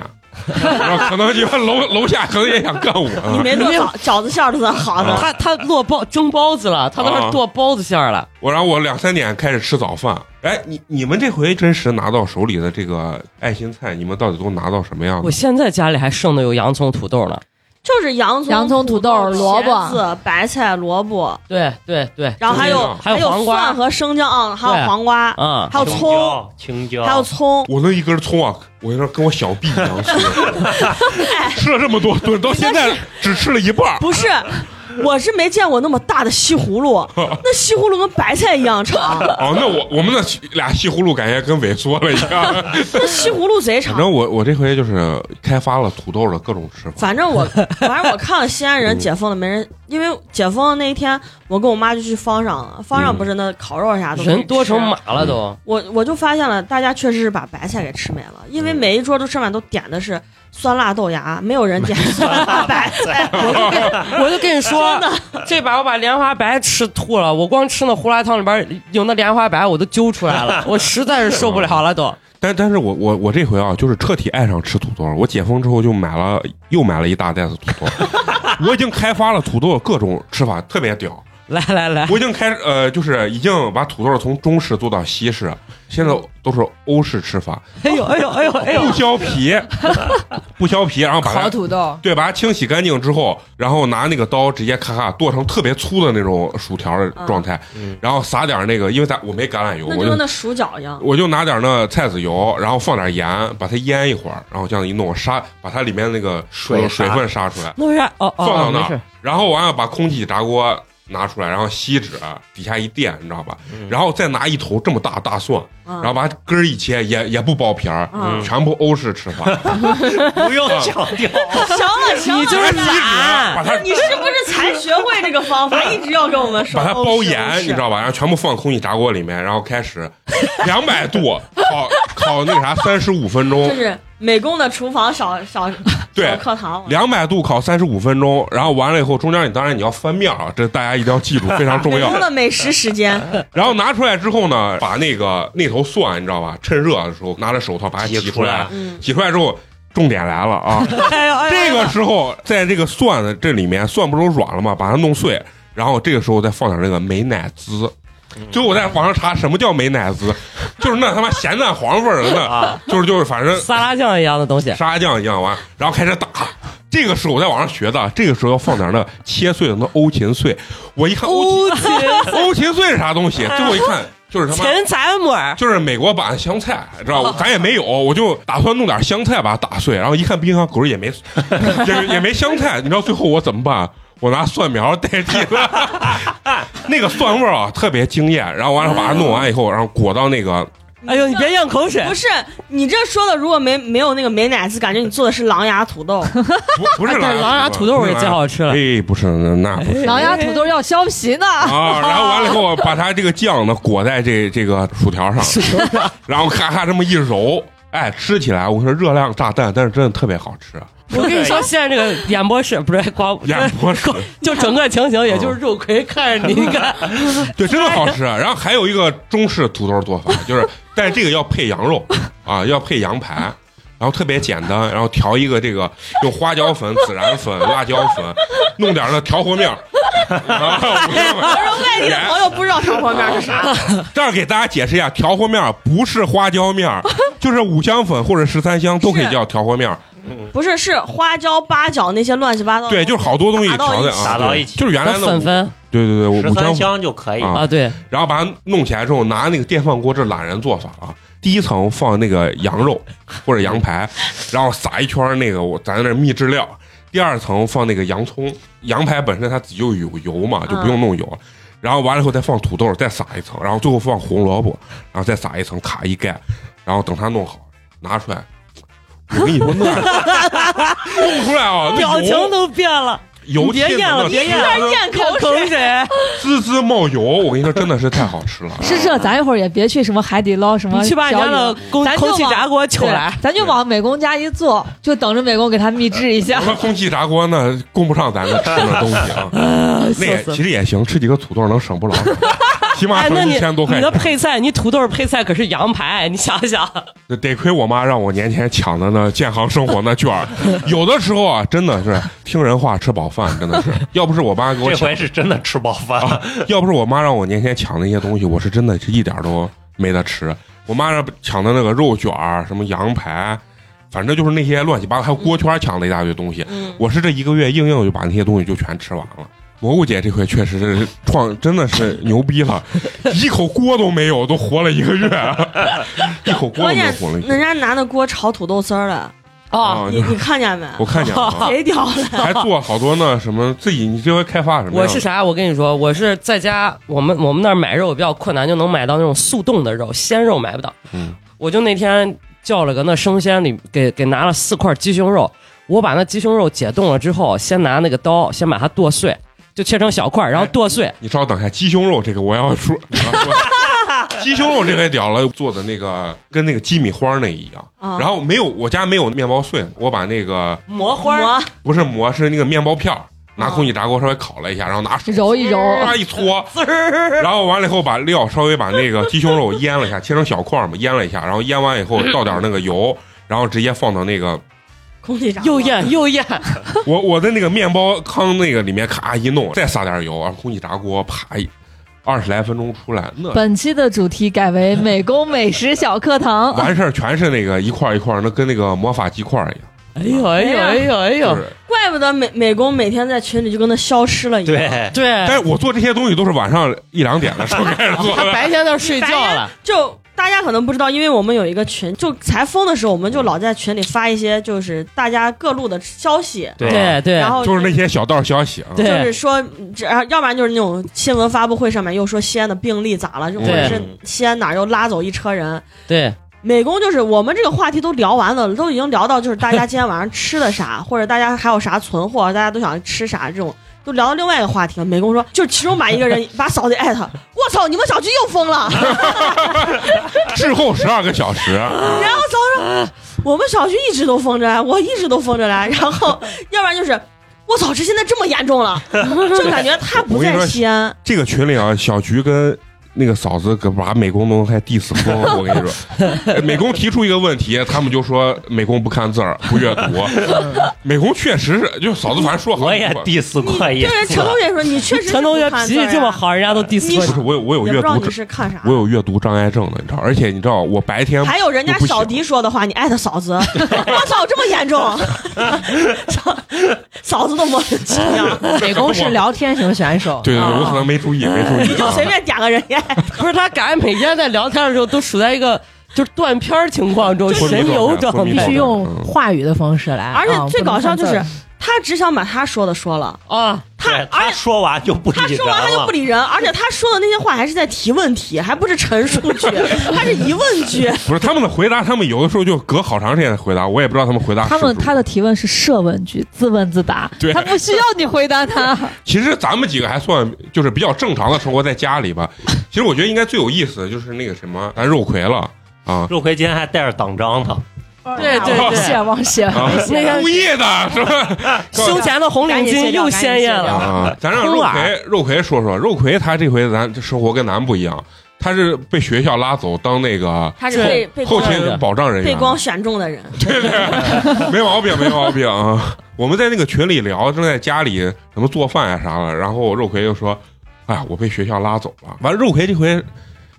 S1: 然后可能你们楼楼下可能也想干我
S4: 你
S1: 啊。
S4: 没做饺饺子馅儿都算好的。
S2: 他他落包蒸包子了，他在那
S1: 啊
S2: 儿剁包子馅儿了。
S1: 我然后我两三点开始吃早饭。哎，你你们这回真实拿到手里的这个爱心菜，你们到底都拿到什么样
S2: 我
S1: 的？
S2: 现在家里还剩的有洋葱、土豆呢。
S4: 就是洋葱、
S3: 洋葱土豆萝卜
S4: 茄子、白菜、萝卜，
S2: 对对对，
S4: 然后还有
S2: 还有
S4: 有
S2: 黄瓜
S4: 蒜和生姜，嗯，还有
S2: 对
S4: 黄瓜，
S2: 啊，
S4: 还有
S6: 青
S4: 葱，
S6: 椒、青椒，
S4: 还有葱。
S1: 我那一根葱啊，我有点跟我小臂一样 粗，吃了这么多顿，到现在只吃了一半儿。
S4: 不 是，我是没见过那么大的西葫芦，那西葫芦跟白菜一样长，
S1: 哦，那我我们那俩西葫芦感觉跟萎缩了一样。
S4: 那西葫芦贼
S1: 反
S4: 长。
S1: 正我我这回就是开发了土豆的各种吃法。
S4: 反正我， 反正我看了西安人解封了，没人，因为解封的那一天，我跟我妈就去方上了。方上不是那烤肉啥都可以
S2: 嗯人多成
S4: 吃
S2: 马了都。
S4: 我我就发现了，大家确实是把白菜给吃没了，因为每一桌都上面都点的是酸辣豆芽，没有人点酸辣白 菜。哎
S2: 我就跟你说，这把我把莲花白吃吐了，我光吃那胡辣汤里边有那莲花白，我都揪出来了，我实在是受不了了都。
S1: 但但是我我我这回啊，就是彻底爱上吃土豆了。我解封之后就买了，又买了一大袋子土豆。 我已经开发了土豆各种吃法，特别屌。
S2: 来来来，
S1: 我已经开呃，就是已经把土豆从中式做到西式，现在都是欧式吃法，
S2: 哎呦哎呦哎呦哎呦
S1: 不，削皮，不削皮，然后把
S3: 烤
S1: 它
S3: 土豆，
S1: 对，把它清洗干净之后，然后拿那个刀直接咔咔剁成特别粗的那种薯条的状态，
S6: 嗯
S1: 然后撒点那个，因为咱我没橄榄油，
S4: 那
S1: 我
S4: 就
S1: 就
S4: 跟那薯角一 样，
S1: 我就拿点那菜籽油，然后放点盐，把它腌一会儿，然后这样一弄，杀把它里面那个
S6: 水
S1: 呃水
S6: 杀
S1: 分杀出来，
S2: 那为啥？哦哦，
S1: 放到
S2: 哦
S1: 那
S2: 没
S1: 儿，
S2: 事。
S1: 然后完了把空气炸锅拿出来，然后锡纸底下一垫，你知道吧？
S6: 嗯
S1: 然后再拿一头这么大大蒜，
S4: 然
S1: 然后把它根儿一切，也也不剥皮儿，
S4: 嗯
S1: 全部欧式吃法。
S6: 不
S1: 啊
S6: 用强调，
S4: 行了行了，
S2: 你就是
S1: 锡纸 把
S2: 懒，
S1: 它
S4: 你是不是才学会这个方法，一直要跟我们说？
S1: 把它
S4: 哦
S1: 包
S4: 是
S1: 严，
S4: 是
S1: 你知道吧？然后全部放空气炸锅里面，然后开始两百度烤 烤那个啥三十五分钟
S4: 就，是美工的厨房少少
S1: 对
S4: 少课堂，
S1: 两百度烤三十五分钟，然后完了以后，中间你当然你要翻面啊，这大家一定要记住，非常重
S4: 美
S1: 要
S4: 工。的美食时间，
S1: 然后拿出来之后呢，把那个那头蒜，你知道吧？趁热的时候拿着手套把它
S6: 挤
S1: 挤出来
S6: 出来，
S4: 嗯，
S1: 挤出来之后，重点来了啊！
S2: 哎呦哎 呦，
S1: 这个时候在这个蒜的这里面，蒜不是都软了吗？把它弄碎，然后这个时候再放点那个美乃滋。就我在网上查什么叫美乃滋，就是那他妈咸蛋黄味儿的
S6: 啊
S1: 那，就是就是反正
S2: 沙拉酱一样的东西，
S1: 沙拉酱一样完，然后开始打。这个是我在网上学的，这个时候要放点那切碎的那欧芹碎。我一看欧芹欧芹碎是啥东西，最后一看就是他妈
S2: 芹菜末儿，
S1: 就是美国版香菜，知道吧？咱也没有，我就打算弄点香菜把它打碎，然后一看冰箱狗也没， 也也没香菜，你知道最后我怎么办？我拿蒜苗代替了， 那个蒜味儿啊特别惊艳。然后完了把它弄完以后，然后裹到那个
S2: 哎呦你别咽口水
S4: 不，是你这说的，如果没没有那个美乃滋，感觉你做的是狼牙土豆。
S1: 不不是
S2: 但啊狼牙土豆
S1: 不是
S2: 也最好吃了
S1: 狼牙哎，不是那那不是。
S5: 狼牙土豆要削皮 呢，
S1: 啊， 然后完了以后，把它这个酱呢裹在这这个薯条上，然后咔咔这么一揉，哎，吃起来我跟你说热量炸弹，但是真的特别好吃。啊
S2: 我跟你说，现在这个演播室不是光
S1: 演播室
S2: 就整个情形，也就是肉葵看着你你看，
S1: 对，真的好吃。啊 然后还有一个中式土豆做法，就是，但是这个要配羊肉啊，要配羊排，然后特别简单，然后调一个这个用花椒粉、孜然粉、辣椒粉，弄点儿那调和面儿。啊，
S4: 我说外地的朋友不知道长方面是啥，
S1: 这儿给大家解释一下，调和面儿不是花椒面儿，就是五香粉或者十三香都可以叫调和面儿。
S4: 不是是花椒、八角那些乱七八糟的东
S1: 对，
S4: 西。
S1: 就是好多东西调在啊，
S6: 嗯打到一起
S1: 对就是原来的
S2: 粉
S1: 五
S2: 粉
S1: 对对对，五
S6: 十
S1: 香
S6: 三
S1: 粉
S6: 香就可以。
S1: 啊
S2: 啊，对，
S1: 然后把它弄起来之后，拿那个电饭锅这懒人做法啊，第一层放那个羊肉或者羊排，然后撒一圈那个我咱那秘制料。第二层放那个洋葱，羊排本身它自己就有油嘛，就不
S6: 嗯
S1: 用弄油了。然后完了以后再放土豆，再撒一层，然后最后放红萝卜，然后再撒一层，卡一盖，然后等它弄好拿出来。我跟你说，那 弄不出来啊，那
S2: 表情
S1: 油
S2: 都变了，
S1: 油
S2: 你别
S1: 贴
S2: 咽
S1: 着
S2: 了
S1: 那
S2: 别
S1: 滋
S2: 咽了
S1: 滋
S4: 咽口
S2: 咽口
S4: 水，
S2: 水。
S1: 滋滋冒油，我跟你说，真的是太好吃了。
S5: 是这，咱一会儿也别去什么海底捞什么
S2: 你去把人
S5: 小
S2: 家
S5: 雨
S2: 的空
S5: 咱就
S2: 空气
S5: 往
S2: 炸锅请来，
S5: 对咱就往美工家一坐，就等着美工给他秘制一下
S1: 什。么空气炸锅那供不上咱们吃的东西啊，那也其实也行，吃几个土豆能省不了啥，起码
S2: 哎，那
S1: 省
S2: 你
S1: 一千多块
S2: 你的
S1: 钱。
S2: 配菜，你土豆配菜可是羊排，你想想，
S1: 得得亏我妈让我年前抢的那健康生活那券 儿，有的时候啊，真的是听人话吃饱饭，真的是，要不是我妈给我啊
S6: 这
S1: 抢，
S6: 回是真的吃饱饭了。
S1: 要不是我妈让我年前抢那些东西，我是真的是一点儿都没得吃。我妈让抢的那个肉卷儿、什么羊排，反正就是那些乱七八糟，还有锅圈儿抢的一大堆东西。
S2: 嗯，
S1: 我是这一个月硬硬就把那些东西就全吃完了。蘑菇姐这回确实是创，真的是牛逼了，一口锅都没有，都活了一个月， 一口锅
S4: 关
S1: 都没有
S4: 键
S1: 活了一个
S4: 人
S1: 月。
S4: 家拿那锅炒土豆丝儿了，
S1: 啊
S4: 你你看见没？
S1: 我看见 了，啊
S4: 贼屌了！
S1: 还做好多呢，什么自己你这回开发什么
S2: 我
S1: 样的？
S2: 是啥？我跟你说，我是在家，我们我们那儿买肉比较困难，就能买到那种速冻的肉，鲜肉买不到。
S1: 嗯，
S2: 我就那天叫了个那生鲜里给给拿了四块鸡胸肉，我把那鸡胸肉解冻了之后，先拿那个刀先把它剁碎，就切成小块儿，然后剁碎。
S1: 你稍等一下，鸡胸肉这个我要说，我要说鸡胸肉这个屌了，做的那个跟那个鸡米花那一样。
S2: 哦
S4: 啊
S1: 然后没有，我家没有面包碎，我把那个
S2: 磨花儿，
S4: 我
S1: 不是馍，是那个面包片儿，拿空气炸锅稍微烤了一下，然后拿手
S5: 揉一揉，
S1: 啊一搓，
S2: 滋儿，
S1: 然后完了以后把料稍微把那个鸡胸肉腌了一下，切成小块儿嘛，腌了一下，然后腌完以后倒点那个油，然后直接放到那个
S4: 空气炸锅
S2: 又咽又咽，
S1: 我我的那个面包糠那个里面咔一弄，再撒点油，然后空气炸锅啪一二十来分钟出来，那
S5: 本期的主题改为美工美食小课堂。
S1: 完事儿全是那个一块儿一块儿，那跟那个魔法鸡块儿一样，
S2: 哎呦哎呦哎呦哎
S1: 就
S2: 呦，
S1: 是。
S4: 怪不得美美工每天在群里就跟那消失了一样。
S6: 对，
S2: 对
S1: 但，是我做这些东西都是晚上一两点的时候开始做
S2: 他
S1: 的，
S2: 白天在那儿睡觉了。
S4: 就大家可能不知道，因为我们有一个群，就采风的时候，我们就老在群里发一些就是大家各路的消息，
S6: 对
S2: 对啊对，
S4: 然后
S1: 就是那些小道消息啊。
S2: 对
S4: 就是说，这要不然就是那种新闻发布会上面又说西安的病例咋了，或者是西安哪儿又拉走一车人。
S2: 对
S4: 美工就是我们这个话题都聊完了，都已经聊到就是大家今天晚上吃的啥，或者大家还有啥存货，大家都想吃啥这种，都聊到另外一个话题了。美工说，就其中把一个人把嫂子艾特，我操，你们小区又封了。
S1: 滞后十二个小时，啊
S4: 然后嫂子说，我们小区一直都封着来，我一直都封着来。然后要不然就是，我操，这现在这么严重了，就感觉他不
S1: 我跟你
S4: 在
S1: 说
S4: 西安。
S1: 这个群里啊，小菊跟那个嫂子可把美工都还 diss 疯了。我跟你说，美工提出一个问题，他们就说美工不看字儿，不阅读。美工确实是，就嫂子反正说好，
S6: 我也
S1: 不
S6: diss
S4: 你
S2: 哎
S6: 过一
S4: 对人
S6: 次
S4: 陈。同学说，你确实是
S2: 陈同学
S4: 不看
S2: 脾
S4: 字
S2: 气
S4: 儿
S2: 这么
S4: 呀，
S2: 好，人家都 diss
S4: 你
S2: 过
S1: 是我有我有
S4: 也不
S1: 阅
S4: 知道
S1: 读
S4: 你
S1: 障，
S4: 是看啥
S1: 我。有阅读障碍症的，你知道？而且你知道，我白天
S4: 还有人家
S1: 又不行
S4: 小迪说的话，你艾特嫂子，我操，这么严重， 嫂嫂子都莫名其妙，
S3: 美工是聊天型选手，啊
S1: 对对对，我可能没注意，没注意
S4: 你就
S1: 啊。
S4: 随便点个人 家，
S2: 不是他感觉每天在聊天的时候都处在一个就是断片儿情况中，
S1: 就是
S2: 神游状
S1: 昏迷
S3: 必
S1: 状
S2: 态
S1: 态
S3: 须用话语的方式来。
S4: 而且
S3: 啊
S4: 最
S3: 不能
S4: 搞笑
S3: 看
S4: 就
S3: 字儿
S4: 是他只想把他说的说了，
S2: 啊！
S4: 他
S6: 对
S4: 而
S6: 他
S4: 且。
S6: 说完就不
S4: 他
S6: 理人
S4: 说完他就
S6: 了
S4: 不，理人，而且他说的那些话还是在提问题，还不是陈述句，他是疑问句。
S1: 不是他们的回答，他们有的时候就隔好长时间才回答，我也不知道他们回答是
S5: 他
S1: 不是
S5: 们他的提问是设问句，自问自答
S1: 对，
S5: 他不需要你回 答他。
S1: 其实咱们几个还算就是比较正常的生活在家里吧。其实我觉得应该最有意思的就是那个什么，咱肉葵了 啊
S6: 肉葵今天还带着党章呢，
S2: 对对
S1: 对
S3: 王谢王谢，
S1: 啊，
S2: 那个
S1: 故意的是吧？
S2: 胸前的红领巾又鲜艳
S1: 啊
S2: 了，
S1: 啊，咱让肉
S2: 偷懒
S1: 葵肉葵说说，肉葵他这回咱这生活跟咱们不一样，他是被学校拉走当那个
S4: 他是被被
S1: 后
S4: 光
S1: 勤保障人员啊
S4: 被，光选中的人，
S1: 没毛病，没毛病啊。我们在那个群里聊，正在家里什么做饭呀、啥的，然后肉葵就说：“哎，我被学校拉走了。”完，肉葵这回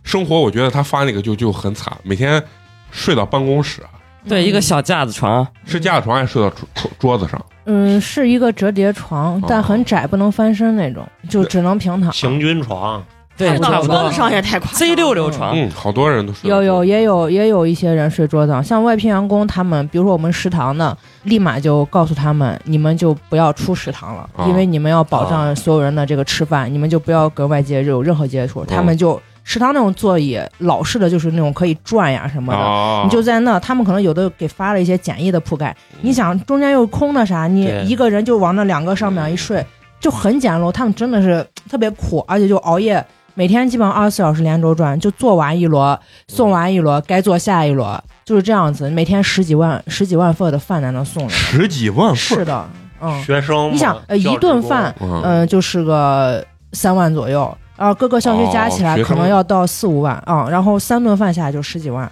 S1: 生活，我觉得他发那个就就很惨，每天睡到办公室，
S2: 对，一个小架子床，
S1: 是架子床还是睡到桌桌桌子上？
S3: 嗯，是一个折叠床
S1: 哦，
S3: 啊但很窄，不能翻身那种，就只能平躺。
S6: 行军床，
S2: 对
S4: 他
S2: 差
S4: 倒
S2: 不
S4: 桌
S2: 多
S4: 子上也太夸张了
S2: C 六流床，
S1: 嗯，好多人都是
S3: 有有也有也有一些人睡桌子上，像外聘员工他们，比如说我们食堂的，立马就告诉他们，你们就不要出食堂了，
S1: 啊
S3: 因为你们要保障所有人的这个吃饭，你们就不要跟外界有任何接
S1: 哦
S3: 触。他们就食堂那种座椅，老式的就是那种可以转呀什么的，
S1: 啊，
S3: 你就在那，他们可能有的给发了一些简易的铺盖，
S1: 嗯
S3: 你想中间又空的啥，你
S6: 对
S3: 一个人就往那两个上面一
S1: 嗯
S3: 睡，就很简陋。他们真的是特别苦，而且就熬夜，每天基本上二十四小时连轴转，就做完一轮，送完一轮，该做下一轮，就是这样子。每天十几万、十几万份的饭在那送着，
S1: 十几万嗯份
S3: 是
S1: 儿，
S3: 的，嗯
S6: 学生嘛，
S3: 你想呃
S6: 教
S3: 一
S6: 职
S3: 顿
S6: 工
S3: 饭
S1: 嗯
S3: 嗯、呃就是个三万左右。然后各个校区加起
S1: 哦
S3: 来
S1: 学
S3: 可
S1: 生
S3: 能要到四五万啊、然后三顿饭下来就十几万，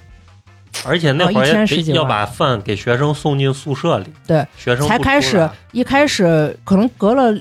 S6: 而且那
S3: 哦
S6: 会儿
S3: 一天
S6: 也
S3: 十
S6: 得
S3: 几
S6: 要
S3: 万
S6: 把饭给学生送进宿舍里，
S3: 对，
S6: 学生
S3: 才
S6: 不
S3: 开
S6: 出
S3: 始
S6: 来
S3: 一开始可能隔了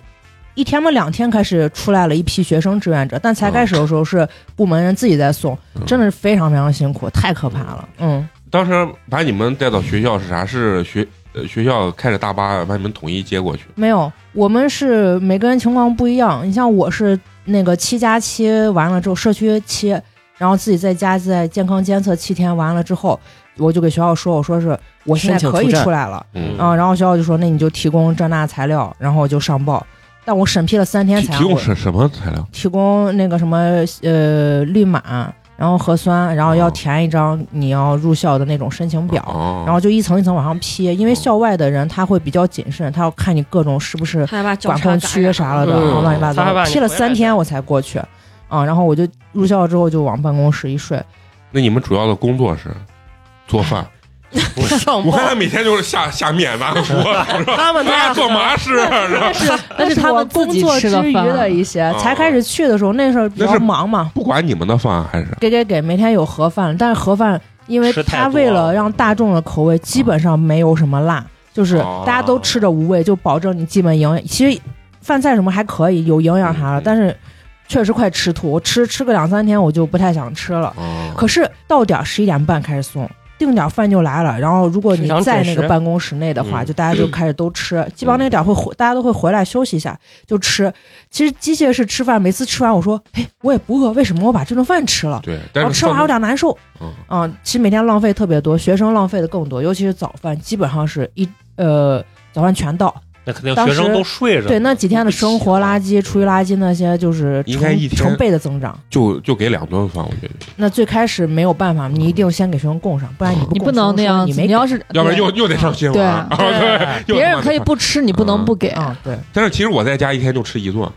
S3: 一天嘛两天开始出来了一批学生志愿者，但才开始的时候是部门人自己在送，
S1: 嗯
S3: 真的是非常非常辛苦，太可怕了。嗯，
S1: 当时把你们带到学校是啥？是学呃学校开着大巴把你们统一接过去。
S3: 没有，我们是每个人情况不一样。你像我是那个七加七完了之后，社区七，然后自己在家在健康监测七天完了之后，我就给学校说，我说是我现
S2: 申请
S3: 在可以
S2: 出站
S3: 出来了。
S1: 嗯，
S3: 啊，然后学校就说，那你就提供这那材料，然后我就上报。但我审批了三天
S1: 提
S3: 才
S1: 提供
S3: 回
S1: 什什么材料？
S3: 提供那个什么呃绿码，然后核酸，然后要填一张你要入校的那种申请表，
S1: 哦
S3: 然后就一层一层往上批，因为校外的人他会比较谨慎，他要看你各种是不是
S4: 他还把交
S3: 管
S4: 叉
S3: 控
S4: 感
S3: 区
S4: 染
S3: 啥了的，
S2: 嗯
S3: 然后乱七八
S2: 他还把
S3: 糟。
S2: 你
S3: 批了
S2: 回来
S3: 三
S2: 的
S3: 天我才过去，啊，然后我就入校之后就往办公室一睡，
S1: 那你们主要的工作是做饭？
S3: 嗯
S2: 上
S1: 我看
S2: 报
S1: 他每天就是下下面 拿锅，是吧
S2: 他们
S1: 大家
S2: 那
S1: 做麻啊是吧
S3: 是
S5: 但是他
S3: 我
S5: 们自
S3: 工
S5: 己
S3: 作之
S5: 吃的
S3: 余
S5: 饭啊
S3: 的一些，才
S1: 啊
S3: 开始去的时候那时候比
S1: 那
S3: 较
S1: 是
S3: 忙嘛，
S1: 不管你们的饭还是
S3: 给给给，每天有盒饭，但是盒饭因为
S6: 吃太
S3: 它
S6: 多
S3: 为
S6: 了
S3: 了让大众的口味基本上没有什么辣，就是
S1: 哦
S3: 大家都吃着无味，就保证你基本营养。其实饭菜什么还可以，有营养啥
S1: 嗯
S3: 的，但是确实快吃吐，我吃吃个两三天我就不太想吃了。
S1: 哦
S3: 可是到点十一点半开始送。定点饭就来了，然后如果
S2: 非
S3: 你
S2: 常
S3: 在
S2: 准
S3: 那个
S2: 时
S3: 办公室内的话，
S1: 嗯
S3: 就大家就开始都吃，基本上那个点会回，大家都会回来休息一下就吃。其实机械式吃饭，每次吃完我说，哎，我也不饿，为什么我把这顿饭吃了？
S1: 对，但
S3: 然后
S1: 是
S3: 哦吃完还有点难受。
S1: 嗯
S3: 嗯，其实每天浪费特别多，学生浪费的更多，尤其是早饭，基本上是一呃早饭全到。
S6: 那肯定
S3: 当
S6: 学生
S3: 时
S6: 都睡着。
S3: 对，那几天的生活垃圾、厨余垃圾那些，就是
S1: 啊应该一
S3: 成
S1: 天
S3: 成倍的增长。
S1: 就就给两顿饭，我觉得，
S3: 那最开始没有办法，你一定先给学生供上，不然你不你
S5: 你不能那样
S3: 你
S5: 子，
S3: 没
S5: 你要是
S1: 要不然
S5: 对
S1: 又又得上新闻啊。
S5: 对
S1: 啊对，又
S5: 别
S1: 他
S5: 人
S1: 妈
S5: 可以
S1: 得
S5: 不吃，你不能不给，
S3: 啊、 对，
S1: 但是其实我在家一天就吃一 顿，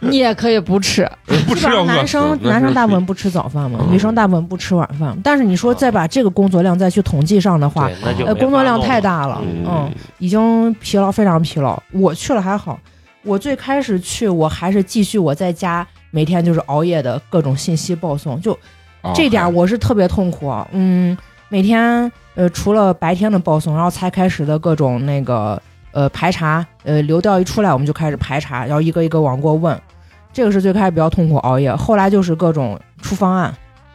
S5: 你也可以不吃。
S2: 哎
S1: 不
S3: 基
S1: 吃
S3: 本
S1: 要
S3: 上
S1: 饿死。
S3: 男生
S1: 那
S3: 男生大部
S1: 是
S3: 分不吃早饭嘛，
S1: 嗯啊
S3: 女生大部分不吃晚饭。但是你说再把这个工作量再去统计上的话
S6: 对，，那就
S3: 呃，
S6: 没
S3: 工
S6: 法
S3: 作量
S6: 弄
S3: 太
S6: 了。
S3: 大了，
S1: 嗯
S3: 嗯，已经疲劳，非常疲劳。我去了还好，我最开始去我还是继续我在家每天就是熬夜的各种信息报送，就
S1: 啊
S3: 这点
S1: 还
S3: 儿我是特别痛苦啊，嗯，每天呃除了白天的报送，然后才开始的各种那个呃排查，呃流调一出来我们就开始排查，然后一个一个往过问，这个是最开始比较痛苦熬夜，后来就是各种出方案，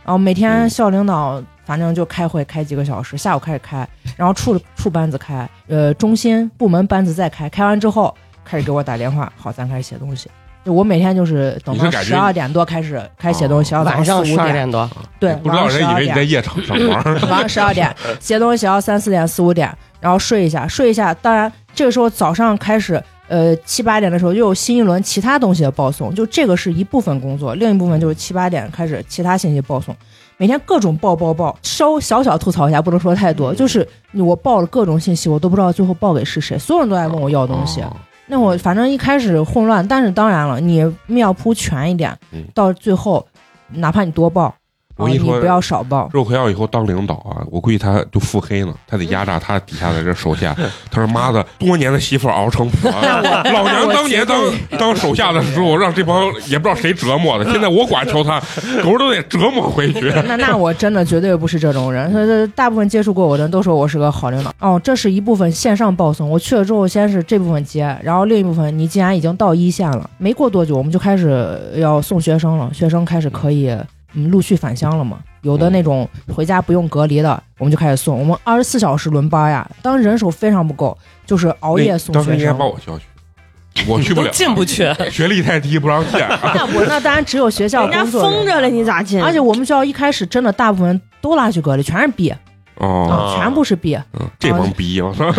S3: 然后每天
S1: 嗯
S3: 校领导反正就开会开几个小时，下午开始开，然后处处班子开，呃中心部门班子再开，开完之后开始给我打电话，好，咱开始写东西。就我每天就是等
S1: 你是
S3: 到
S1: 感
S3: 十
S1: 觉哦
S3: 二点多开始开始写东西，写到
S2: 嗯晚上
S3: 四
S2: 十
S3: 五
S2: 二
S3: 点，
S2: 点多，
S3: 对，
S1: 不知道人以为你在夜场上班。
S3: 晚上十二 点，写东西写到三四点四五点，然后睡一下，睡一下。当然，这个时候早上开始，呃，七八点的时候又有新一轮其他东西的报送，就这个是一部分工作，另一部分就是七八点开始其他信息报送。每天各种报报报，稍小小吐槽一下，不能说
S1: 嗯
S3: 太多。就是我报了各种信息，我都不知道最后报给是谁，所有人都在问我要东西。
S1: 哦
S3: 那我反正一开始混乱，但是当然了，你面要铺全一点
S1: 嗯，
S3: 到最后，哪怕你多报，
S1: 我
S3: 然
S1: 跟
S3: 后
S1: 你
S3: 你
S1: 说
S3: 不要少报。
S1: 肉葵要以后当领导啊，我估计他就腹黑呢，他得压榨他底下的这手 下。他说：“妈的，多年的媳妇儿熬成婆了，老娘当年当 当手下的时候，让这帮也不知道谁折磨的，现在我管求他，狗都得折磨回去。
S3: 那那我真的绝对不是这种人，所以这大部分接触过我的人都说我是个好领导。哦，这是一部分线上报送，我去了之后先是这部分接，然后另一部分你既然已经到一线了，没过多久我们就开始要送学生了，学生开始可以嗯陆续返乡了嘛。有的那种回家不用隔离的，我们就开始送。我们 二十四小时轮班呀，当人手非常不够，就是”熬夜送
S1: 当时
S3: 学
S1: 应该
S3: 生
S1: 把。我叫去，我去不
S2: 都
S1: 了，
S2: 进不去。
S1: 学历太低不让 进。
S3: 那我那当然只有学校
S4: 人家
S3: 工作人
S4: 封着了，你咋进？
S3: 而且我们学校一开始真的大部分都拉去隔离，全是 B，、
S1: 哦，
S6: 啊
S3: 全部是 B，
S1: 嗯这帮逼，我
S3: 啊
S1: 操！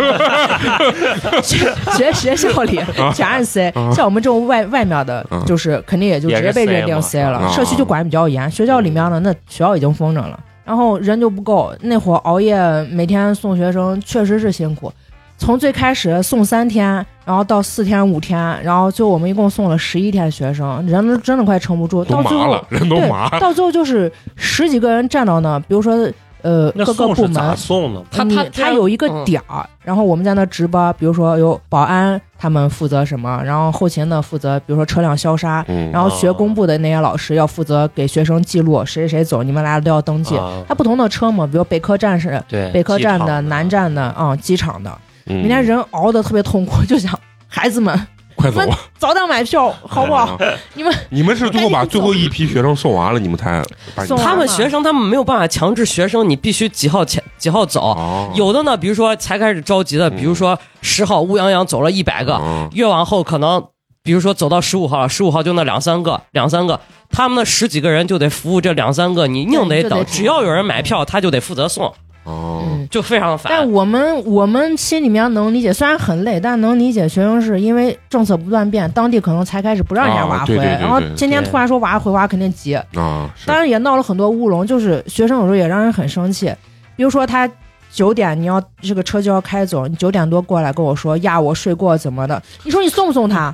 S3: 学学校里全是 C，、
S1: 啊
S3: 像我们这种外外面的
S1: 啊，
S3: 就是肯定也就直接被认定
S6: 也是
S3: C
S6: C
S3: 了。
S1: 嘛啊嗯
S3: 社区就管比较严，学校里面呢，那学校已经封着了，然后人就不够。那会儿熬夜每天送学生，确实是辛苦。从最开始送三天，然后到四天、五天，然后最后我们一共送了十一天学生，人都真的快撑不住，
S1: 都
S3: 到最
S1: 麻
S3: 后
S1: 了，啊人都
S3: 对
S1: 麻了。
S3: 到最后就是十几个人站到那，比如说呃
S6: 那
S3: 各个
S6: 送
S3: 部
S6: 是咋
S3: 门，
S6: 送的？
S2: 他
S3: 你
S2: 他
S3: 他有一个
S2: 嗯
S3: 点儿，然后我们在那值班，比如说有保安他们负责什么，然后后勤的负责，比如说车辆消杀，
S1: 嗯，
S3: 然后学工部的那些老师要负责给学生记录谁谁谁走，你们来了都要登记。
S6: 啊
S3: 他不同的车嘛，比如北科站是
S6: 对，
S3: 北科站
S6: 机
S3: 的、
S6: 场
S3: 南站的啊、机场的，
S1: 人
S3: 人家人熬得特别痛苦， 就想孩子们
S1: 快走
S3: 们
S1: 吧，
S3: 早点买票好 不好？
S1: 嗯？
S3: 你们
S1: 你们是最后把
S3: 赶紧走
S1: 最后一批学生送完了，你们才把你
S3: 送完
S2: 他们
S3: 了
S2: 学生他们没有办法强制学生，你必须几号前几号走。
S1: 哦
S2: 有的呢，比如说才开始着急的，
S1: 嗯
S2: 比如说十号乌泱泱走了一百个，
S1: 嗯
S2: 越往后可能，比如说走到十五号了，十五号就那两三个，两三个，他们那十几个人就得服务这两三个，你硬
S3: 对就得
S2: 得等，
S3: 等
S2: 只要有人买票，他就得负责送，
S1: 哦
S3: 嗯。
S2: 就非常
S3: 但
S2: 烦。
S3: 我们我们心里面能理解，虽然很累，但能理解学生是因为政策不断变，当地可能才开始不让人家
S1: 啊
S3: 娃回，
S1: 对对对对
S3: 然后
S1: 对
S3: 今天突然说娃回，娃肯定急。
S1: 啊，是
S3: 当然也闹了很多乌龙，就是学生有时候也让人很生气，比如说他。九点你要这个车就要开走，你九点多过来跟我说呀，我睡过怎么的？你说你送不 送他？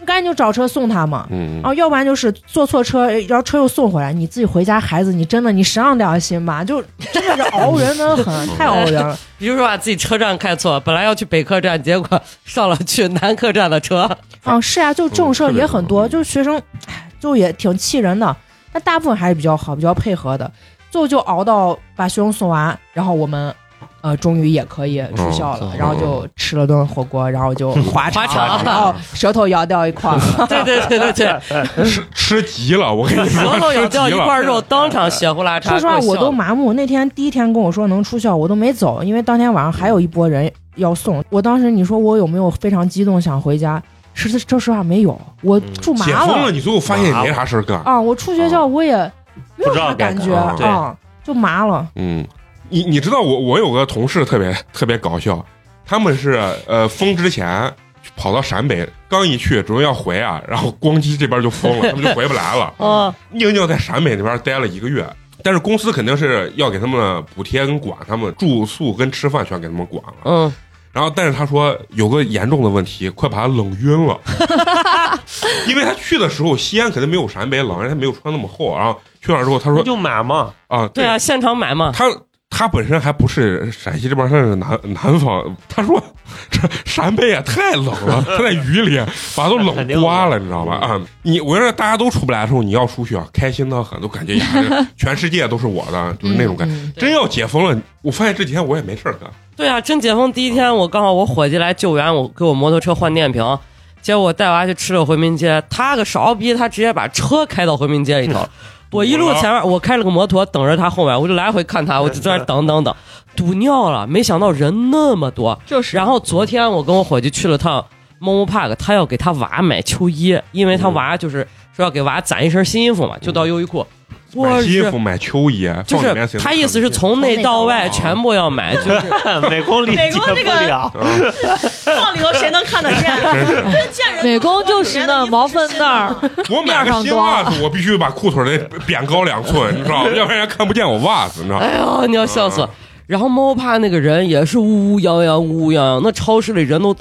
S3: 你赶紧就找车送他嘛。
S1: 嗯
S3: 然后要不然就是坐错车，然后车又送回来，你自己回家，孩子，你真的你省长点心吧，就真的是熬人的 很，
S1: 哦
S3: 太熬人了。
S2: 比如说把自己车站开错，本来要去北客站，结果上了去南客站的车，
S3: 啊，是呀、就这种
S1: 嗯
S3: 事儿
S1: 是的
S3: 也很
S1: 嗯
S3: 多，就是学生，唉就也挺气人的。但大部分还是比较好，比较配合的。最后就熬到把学生送完，然后我们，呃，终于也可以出校了，
S6: 嗯
S3: 然后就吃了顿火锅，然后就滑肠，
S2: 滑肠
S3: 然后舌头咬掉一块儿，
S2: 对对对对 对，
S1: 吃吃急了，我跟你
S2: 舌
S1: 说，
S2: 头咬
S1: 吃
S2: 掉
S1: 急
S2: 一
S1: 了。
S2: 块肉，当场血呼啦
S3: 说
S2: 叉。
S3: 实话，
S2: 给
S3: 我
S2: 笑
S3: 都
S2: 了
S3: 麻木。那天第一天跟我说能出校，我都没走，因为当天晚上还有一波人要送。我当时你说我有没有非常激动想回家？实说实话没有，我
S6: 嗯
S3: 住麻
S1: 解封了，你最后发现也
S6: 麻了
S1: 没啥事儿干。
S3: 啊，我出学校我也没有
S6: 不知道
S3: 啥
S6: 该
S3: 感
S6: 干
S3: 觉
S1: 嘛
S6: 对
S3: 啊，就麻了。
S1: 嗯，你你知道我我有个同事特别特别搞笑，他们是呃封之前跑到陕北，刚一去准备要回啊，然后光机这边就封了，他们就回不来了。
S2: 嗯，
S1: 宁宁在陕北那边待了一个月，但是公司肯定是要给他们补贴跟管，他们住宿跟吃饭全给他们管了。
S2: 嗯，
S1: 然后，但是他说有个严重的问题，快把他冷晕了，因为他去的时候西安肯定没有陕北冷，而且他没有穿那么厚。然后去那儿之后，他
S6: 那
S1: 说
S6: 就买嘛，
S1: 啊，
S2: 对啊，现场买嘛，
S1: 他他本身还不是陕西这边，他是南南方。他说这陕北也太冷 了，他在雨里把都冷瓜了，你知道吧？啊，你我说大家都出不来的时候，你要出去啊，开心的很，都感觉呀，这全世界都是我的，就是那种
S2: 嗯
S1: 感觉。
S3: 觉。
S1: 真要解封了，我发现这几天我也没事儿干。
S2: 对啊，真解封第一天，我刚好我伙计来救援，我给我摩托车换电瓶，结果我带娃去吃了回民街，他个勺逼，他直接把车开到回民街里 头。我一路前面，我开了个摩托，等着他后面，我就来回看他，我就在那等等等，堵尿了。没想到人那么多，
S4: 就是
S2: 然后昨天我跟我伙计去了趟 Momo Park，他要给他娃买秋衣，
S1: 嗯
S2: 因为他娃就是说要给娃攒一身新衣服嘛，就到优衣库。我
S1: 买
S2: 日
S1: 西服，买秋衣，
S2: 就
S1: 放里面
S2: 是
S1: 谁能
S2: 他
S1: 看
S2: 意思是
S1: 见
S2: 从内到
S1: 从内到外
S2: 外全部要买，就是
S6: 美工理
S4: 美
S6: 解
S4: 工这
S6: 不
S4: 个
S6: 了。
S1: 啊
S4: 放里头谁能 看得见？
S1: 真是
S4: 真见人
S5: 美工就是那毛粪那儿，
S1: 我买个新袜子，我必须把裤腿得贬高两寸，你知 道吗？要不然人家看不见我袜子，你知道吗？
S2: 哎呦，你要笑死！然后猫怕那个人也是乌乌泱泱，乌乌泱泱，那超市里人都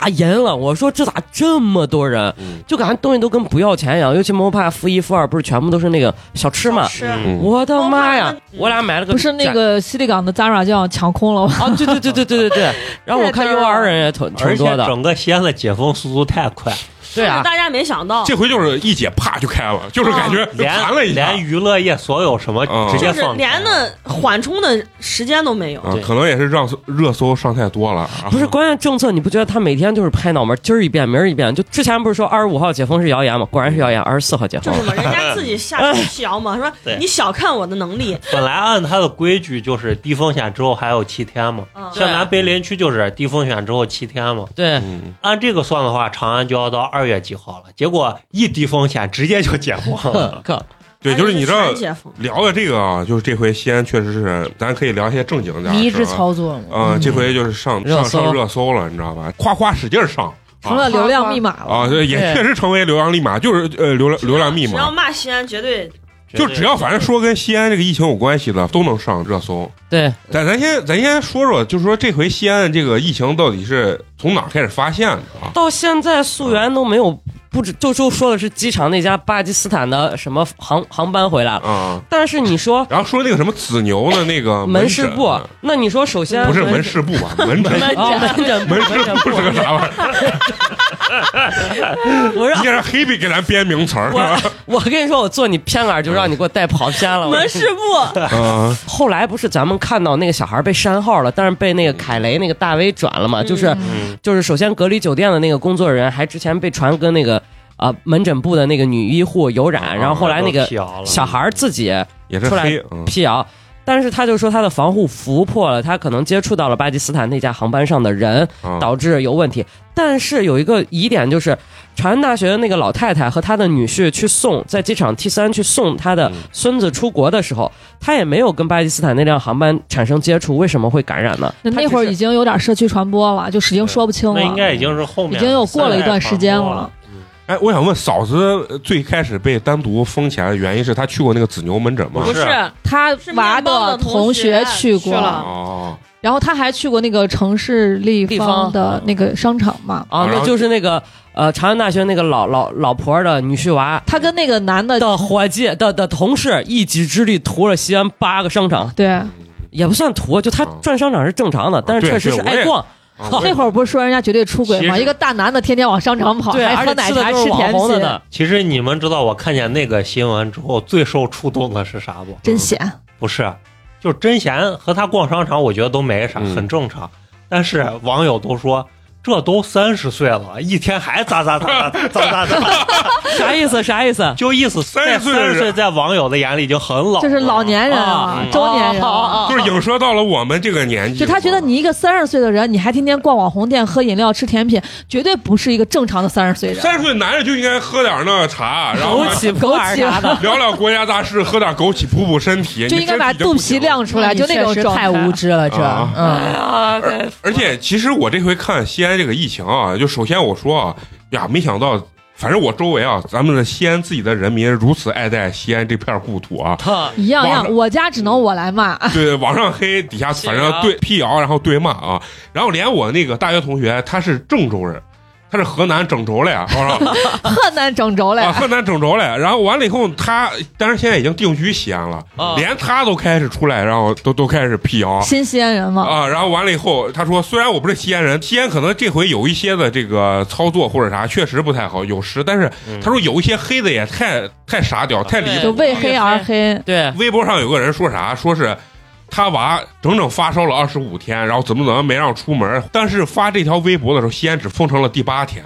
S2: 大严了。我说这咋这么多人？
S1: 嗯
S2: 就感觉东西都跟不要钱一样。尤其猫怕负一负二，不是全部都是那个小吃嘛？
S4: 是
S6: 嗯
S1: 嗯
S2: 我的妈呀
S4: 猫怕！
S2: 我俩买了个
S5: 不是那
S2: 展
S5: 个西丽港的 Zara 就要抢空了吗？
S2: 啊，对对对对对对对。然后我看幼儿园也挺
S6: 而
S2: 挺
S6: 且
S2: 多的，
S6: 整个西安的解封速度太快，
S4: 是
S2: 对啊
S4: 大家没想到，
S1: 这回就是一姐啪就开了，就是感
S2: 啊
S1: 觉就
S6: 连
S1: 弹了一下
S6: 连，娱乐业所有什么
S1: 嗯
S6: 直接
S4: 就是
S6: 放开
S4: 连的缓冲的时间都没有。
S1: 啊
S6: 对，
S1: 可能也是让热搜上太多了。 啊
S2: 不是，关键政策，你不觉得他每天就是拍脑门，今儿一遍，明儿一遍？就之前不是说二十五号解封是谣言吗？果然是谣言，二十四号解
S4: 就
S2: 封
S4: 是。嘛，人家自己下手辟谣嘛，说
S6: 对
S4: 你小看我的能力，
S6: 本来按他的规矩就是低风险之后还有七天嘛，
S4: 嗯
S6: 像咱碑林区就是低风险之后七天嘛，
S2: 对，
S1: 嗯，
S6: 按这个算的话，长安就要到二月几号了。结果一低风险直接就解封 了，
S2: 靠，
S1: 对，就是你知
S4: 还
S1: 道
S4: 是全解封
S1: 聊的这个啊，就是这回西安确实是，咱可以聊一些正经点儿
S3: 迷之
S1: 是吧
S3: 操作嘛。
S1: 啊，这回就是上
S2: 热
S1: 上
S2: 搜
S1: 上热搜了，你知道吧？夸夸使劲儿上
S5: 成了流量密码 了。
S1: 啊，对也
S2: 对
S1: 确实成为流量密码，就是呃流量流量密
S4: 只要
S1: 码，
S4: 骂西安绝对
S1: 就只要反正说跟西安这个疫情有关系的都能上热搜。
S2: 对，
S1: 但咱先咱先说说，就是说这回西安这个疫情到底是从哪儿开始发现的啊？
S2: 到现在溯源都没有，不止就就说的是机场那家巴基斯坦的什么航航班回来了，
S1: 啊，
S2: 但是你说
S1: 然后说那个什么子牛的那个
S2: 门市
S1: 市
S2: 部，啊那你说首先
S1: 不是门啊市部吧？门诊。
S2: 啊，门诊
S1: 门市部是个啥玩意儿？
S2: 我让
S1: 你也是黑笔给咱编名词儿是吧？
S2: 我我跟你说，我做你偏杆儿就让你给我带跑偏了。我
S4: 门市部
S1: 啊，
S2: 后来不是咱们看到那个小孩被删号了，但是被那个凯雷那个大 V 转了嘛？就是
S6: 嗯
S2: 就是，首先隔离酒店的那个工作人员还之前被传跟那个啊、呃门诊部的那个女医护有染，然后后来那
S6: 都
S2: 个
S6: 辟谣了
S2: 小孩自己
S1: 也是
S2: 出来
S1: 黑。嗯
S2: 辟谣。但是他就说他的防护服破了，他可能接触到了巴基斯坦那架航班上的人，
S1: 啊
S2: 导致有问题。但是有一个疑点就是，长安大学的那个老太太和她的女婿去送，在机场 T 三去送她
S1: 嗯
S2: 的孙子出国的时候，她也没有跟巴基斯坦那辆航班产生接触，为什么会感染呢？
S5: 那那会儿已经有点社区传播了，就已经说不清
S6: 那应
S5: 了，
S6: 该已经是后面
S5: 已经有过了一段时间了
S6: 了。。
S1: 哎，我想问嫂子，呃最开始被单独封起来的原因是她去过那个子牛门诊吗
S6: 不？
S4: 不
S6: 是
S4: 是
S5: 他娃同学去
S4: 是面包的同学去
S5: 过
S4: 了，
S1: 哦，
S5: 然后他还去过那个城市立方的那个商场嘛。
S2: 啊，
S1: 然后
S2: 那就是那个呃，长安大学那个老老老婆的女婿娃
S5: 他跟那个男的，
S2: 的伙计的的同事一己之力屠了西安八个商场，
S5: 对，
S2: 也不算屠，就他
S1: 嗯
S2: 转商场是正常的，但是
S1: 对
S2: 确实是
S1: 对我也
S2: 爱逛。
S1: 啊
S5: 那会儿不是说人家绝对出轨
S6: 其
S5: 嘛？
S6: 实
S5: 一个大男的天天往商场跑，
S2: 对，
S5: 还
S2: 而
S5: 喝
S2: 且
S5: 奶
S2: 吃的
S5: 茶、
S2: 都
S5: 吃
S2: 是网
S5: 甜
S2: 红的
S5: 品，
S2: 呢。
S6: 其实你们知道我看见那个新闻之后最受触动的是啥不？
S5: 真闲。
S6: 不是，就是甄贤和他逛商场，我觉得都没啥，
S1: 嗯
S6: 很正常。但是网友都说。这都三十岁了，一天还咋咋咋咋咋咋咋，
S2: 啥意思？啥意 思？
S6: 就意思
S1: 30岁的
S6: 三
S1: 人
S6: 十岁在网友的眼里已经很老了，
S5: 这是老年人啊，
S6: 哦嗯
S5: 中年人
S2: 哦
S5: 啊。
S1: 就是影射到了我们这个年纪。
S5: 就他觉得你一个三十岁的人，你还天天逛网红店、喝饮料、吃甜品，绝对不是一个正常的三十岁人。
S1: 三十岁男人就应该喝点那个茶， 然后
S2: 枸杞普洱啥的，
S1: 聊聊国家大事，喝点枸杞补补身体，
S5: 就
S1: 你
S5: 应该
S1: 身体
S5: 把
S1: 就
S5: 肚
S1: 不行
S5: 皮
S1: 了。
S5: 亮出来，就那种
S3: 确实
S5: 状态。
S3: 太 无知了，这
S1: 啊
S3: 嗯，
S1: 而且其实我这回看西安这个疫情啊，就首先我说啊，呀，没想到。反正我周围啊，咱们的西安自己的人民如此爱戴西安这片故土啊，
S2: 他
S5: 一样一
S1: 网嗯
S5: 样，
S1: 上
S5: 我家只能我来骂。
S1: 对，网上黑，底下反正对辟谣，然后对骂啊，然后连我那个大学同学，他是郑州人，他是河南郑州的呀，我说
S5: 河 南郑州嘞
S1: 啊，，河南郑州嘞。然后完了以后，他但是现在已经定居西安了，
S2: 啊
S1: 连他都开始出来，然后都都开始辟谣
S5: 新西安人嘛，
S1: 啊。然后完了以后，他说虽然我不是西安人，西安可能这回有一些的这个操作或者啥确实不太好，有时，但是他说有一些黑的也太太傻屌，太离
S2: 对
S5: 就
S1: 谱。
S5: 为黑而黑。
S2: 对
S1: 微博上有个人说啥，说是。他娃整整发烧了二十五天，然后怎么怎么没让出门，但是发这条微博的时候，西安只封城了第八天，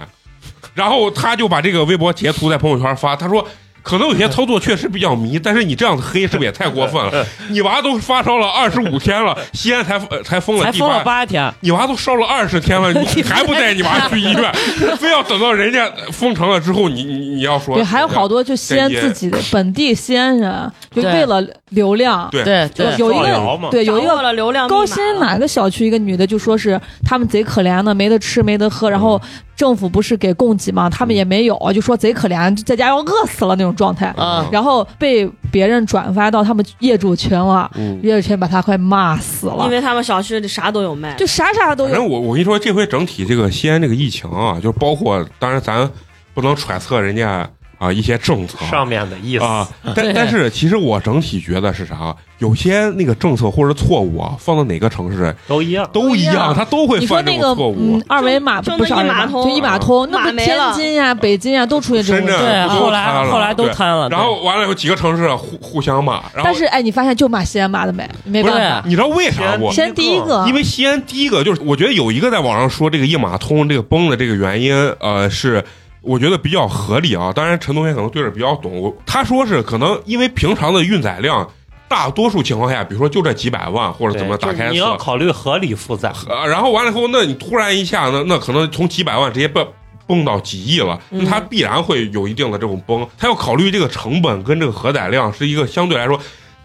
S1: 然后他就把这个微博截图在朋友圈发，他说。可能有些操作确实比较迷，但是你这样子黑是不是也太过分了？你娃都发烧了二十五天了，西安才呃才封了
S2: 才
S1: 第
S2: 封
S1: 八
S2: 了八天，
S1: 你娃都烧了二十天了， 你还不带你娃去医院，非要等到人家封城了之后，你你你要说
S5: 对，还有好多就西安自己的本地西安人，就
S2: 对
S5: 为了流量，
S1: 对
S2: 对
S5: 就
S2: 对，
S5: 有一
S6: 造谣
S5: 个
S6: 嘛
S5: 对有一
S4: 掌握
S5: 个
S4: 了流量密码
S5: 高新哪个小区一个女的就说是他们贼可怜的，没得吃没得喝，
S4: 嗯
S5: 然后政府不是给供给嘛，他们也没有，就说贼可怜，就在家要饿死了那种状
S4: 嗯
S1: 嗯
S5: 态。
S2: 啊，
S5: 然后被别人转发到他们业主群了，
S1: 嗯
S5: 业主群把他快骂死了
S4: 因，为他们小区里啥都有卖，
S5: 就啥啥都
S1: 反
S5: 有
S1: 正。我我跟你说，这回整体这个西安这个疫情啊，就是包括，当然咱不能揣测人家啊啊一些政策
S6: 上面的意思
S1: 啊，但
S2: 对
S1: 但是其实我整体觉得是啥？啊有些那个政策或者错误啊，放到哪个城市
S6: 都一样。
S1: 都一
S4: 都一
S1: 样，
S4: 样
S1: 他都会
S5: 你说
S1: 犯
S5: 那
S1: 这
S5: 个
S1: 种错误
S5: 嗯。，二维码
S4: 就
S5: 不是
S4: 那
S5: 二
S4: 一码
S5: 维码，
S4: 通
S5: 就一码通，那
S4: 码
S5: 不
S4: 没
S5: 天
S4: 了嗯
S5: 津呀、北京呀都出现这
S1: 深
S5: 种
S1: 圳啊
S5: 问题。
S2: 对，
S1: 嗯不都
S2: 后
S1: 瘫
S2: 来
S1: 了
S2: 后来都
S1: 对
S2: 瘫了。
S1: 然后完了有几个城市互互相骂，然后
S5: 但是哎，你发现就骂西安骂的美，没
S1: 不
S5: 办
S1: 是
S5: 法。
S1: 你知道为啥我
S5: 西安第一个，
S1: 因为西安第一个就是，我觉得有一个在网上说这个一码通这个崩的这个原因，呃，是我觉得比较合理啊。当然，陈同学可能对这比较懂，我他说是可能因为平常的运载量，大多数情况下，比如说就这几百万或者
S6: 对
S1: 怎么打
S6: 就是
S1: 开
S6: 你
S1: 次
S6: 要考虑合理负载，
S1: 呃，然后完了以后，那你突然一下，那那可能从几百万直接蹦蹦到几亿了，
S2: 嗯
S1: 那它必然会有一定的这种崩。它要考虑这个成本跟这个核载量是一个相对来说。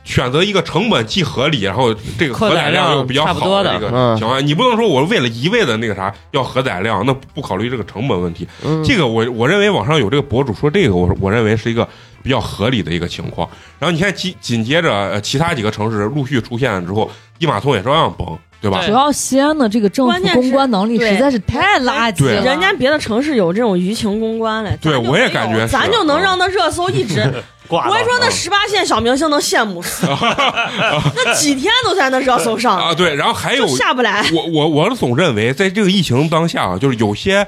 S1: 选择一个成本既合理，然后这个
S2: 客
S1: 核载
S2: 载
S1: 量
S2: 量
S1: 又比较
S2: 差不
S1: 好
S2: 多的
S1: 一个
S2: 嗯
S1: 情况下，你不能说我为了一味的那个啥要核载量，那不考虑这个成本问题。
S2: 嗯
S1: 这个我我认为网上有这个博主说这个，我我认为是一个比较合理的一个情况。然后你看紧紧接着呃其他几个城市陆续出现了之后，一码通也照样崩，对吧？
S5: 主要西安的这个政
S4: 关
S5: 府
S4: 键是
S5: 公关能力
S4: 对
S5: 实在是太垃圾
S1: 对
S5: 了。
S4: 人家别的城市有这种舆情公关嘞，
S1: 对
S4: 咱就
S1: 我也
S4: 没有
S1: 感觉是
S4: 咱就能让那热搜 一直。
S6: 挂
S4: 我
S6: 到
S4: 跟你说，那
S1: 嗯
S4: 十八线小明星能羡慕 死，那几天都在那热搜上，
S1: 啊，对，然后还有
S4: 就下不来。
S1: 我我我总认为，在这个疫情当下啊，就是有些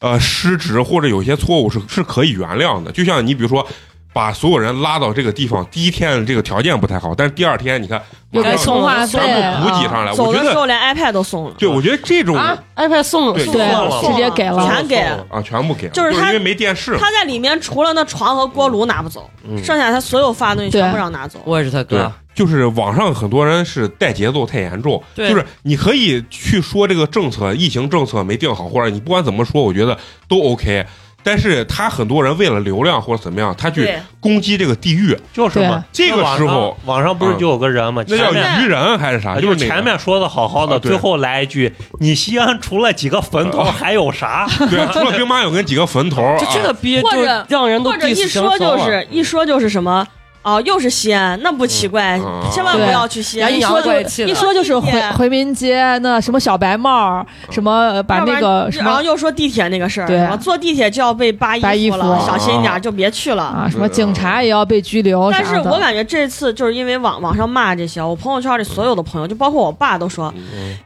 S1: 呃失职或者有些错误是是可以原谅的。就像你比如说，把所有人拉到这个地方，第一天这个条件不太好，但是第二天你看
S2: 又
S1: 马
S2: 该
S1: 上
S2: 送
S5: 话
S1: 全
S5: 费
S1: 部补给上来，
S4: 啊走
S1: 我
S4: 的
S1: 觉
S4: 时
S1: 得
S4: 候连 iPad 都送了，
S1: 对，我觉得这种
S2: 啊，iPad 送
S1: 对
S2: 送
S5: 对
S6: 送
S4: 了
S5: 直接给了。
S4: 全给。
S1: 啊全部给了，
S4: 就是
S1: 就是因
S4: 他
S1: 为没电视嘛。
S4: 他在里面除了那床和锅炉拿不走，
S1: 嗯
S4: 剩下他所有发的东西全部让拿走。
S2: 我也是他
S1: 对
S2: 哥，，
S1: 就是网上很多人是带节奏太严重，
S2: 对
S1: 就是你可以去说这个政策，疫情政策没定好，或者你不管怎么说，我觉得都 OK。但是他很多人为了流量或者怎么样，他去
S4: 对
S1: 攻击这个地域，
S6: 就是嘛。
S1: 对这个
S6: 网
S1: 时
S6: 上
S1: 候
S6: 网上不是就有个人嘛？
S1: 那
S6: 前
S1: 叫
S6: 面
S1: 愚人还啊是啥？
S6: 就是
S1: 那个
S6: 前面说的好好
S1: 啊
S6: 的，
S1: 对
S6: 最后来一句：“你西安除了几个坟 头还有啥
S1: 对，除了兵马俑跟几个坟头，
S2: 就这个
S1: 啊
S2: 逼就
S4: 或者
S2: 让人都
S4: 或者一
S2: diss 成
S4: 说就
S2: 疯了
S4: 是一说就是什么哦，又是西安，那不奇怪
S1: 嗯嗯，
S4: 千万不
S5: 对
S4: 要去西安。
S2: 阴
S4: 一
S2: 阳
S4: 说就
S2: 怪气的
S5: 一。说就是回
S4: 对
S5: 回民街那什么小白帽儿，
S1: 嗯
S5: 什么呃把
S4: 要不
S5: 那
S4: 然
S5: 个什
S4: 然后
S5: 么
S4: 又说地铁那个事儿，
S5: 对
S4: 什么坐地铁就要被扒
S5: 扒衣
S4: 服了，啊
S5: 服
S4: 小心
S1: 哦
S4: 一点，就别去了。
S5: 啊什么警察也要被拘留
S4: 但是
S5: 啥
S4: 我
S5: 的。
S4: 感觉这次就是因为网网上骂这些，我朋友圈里所有的朋友，就包括我爸都说，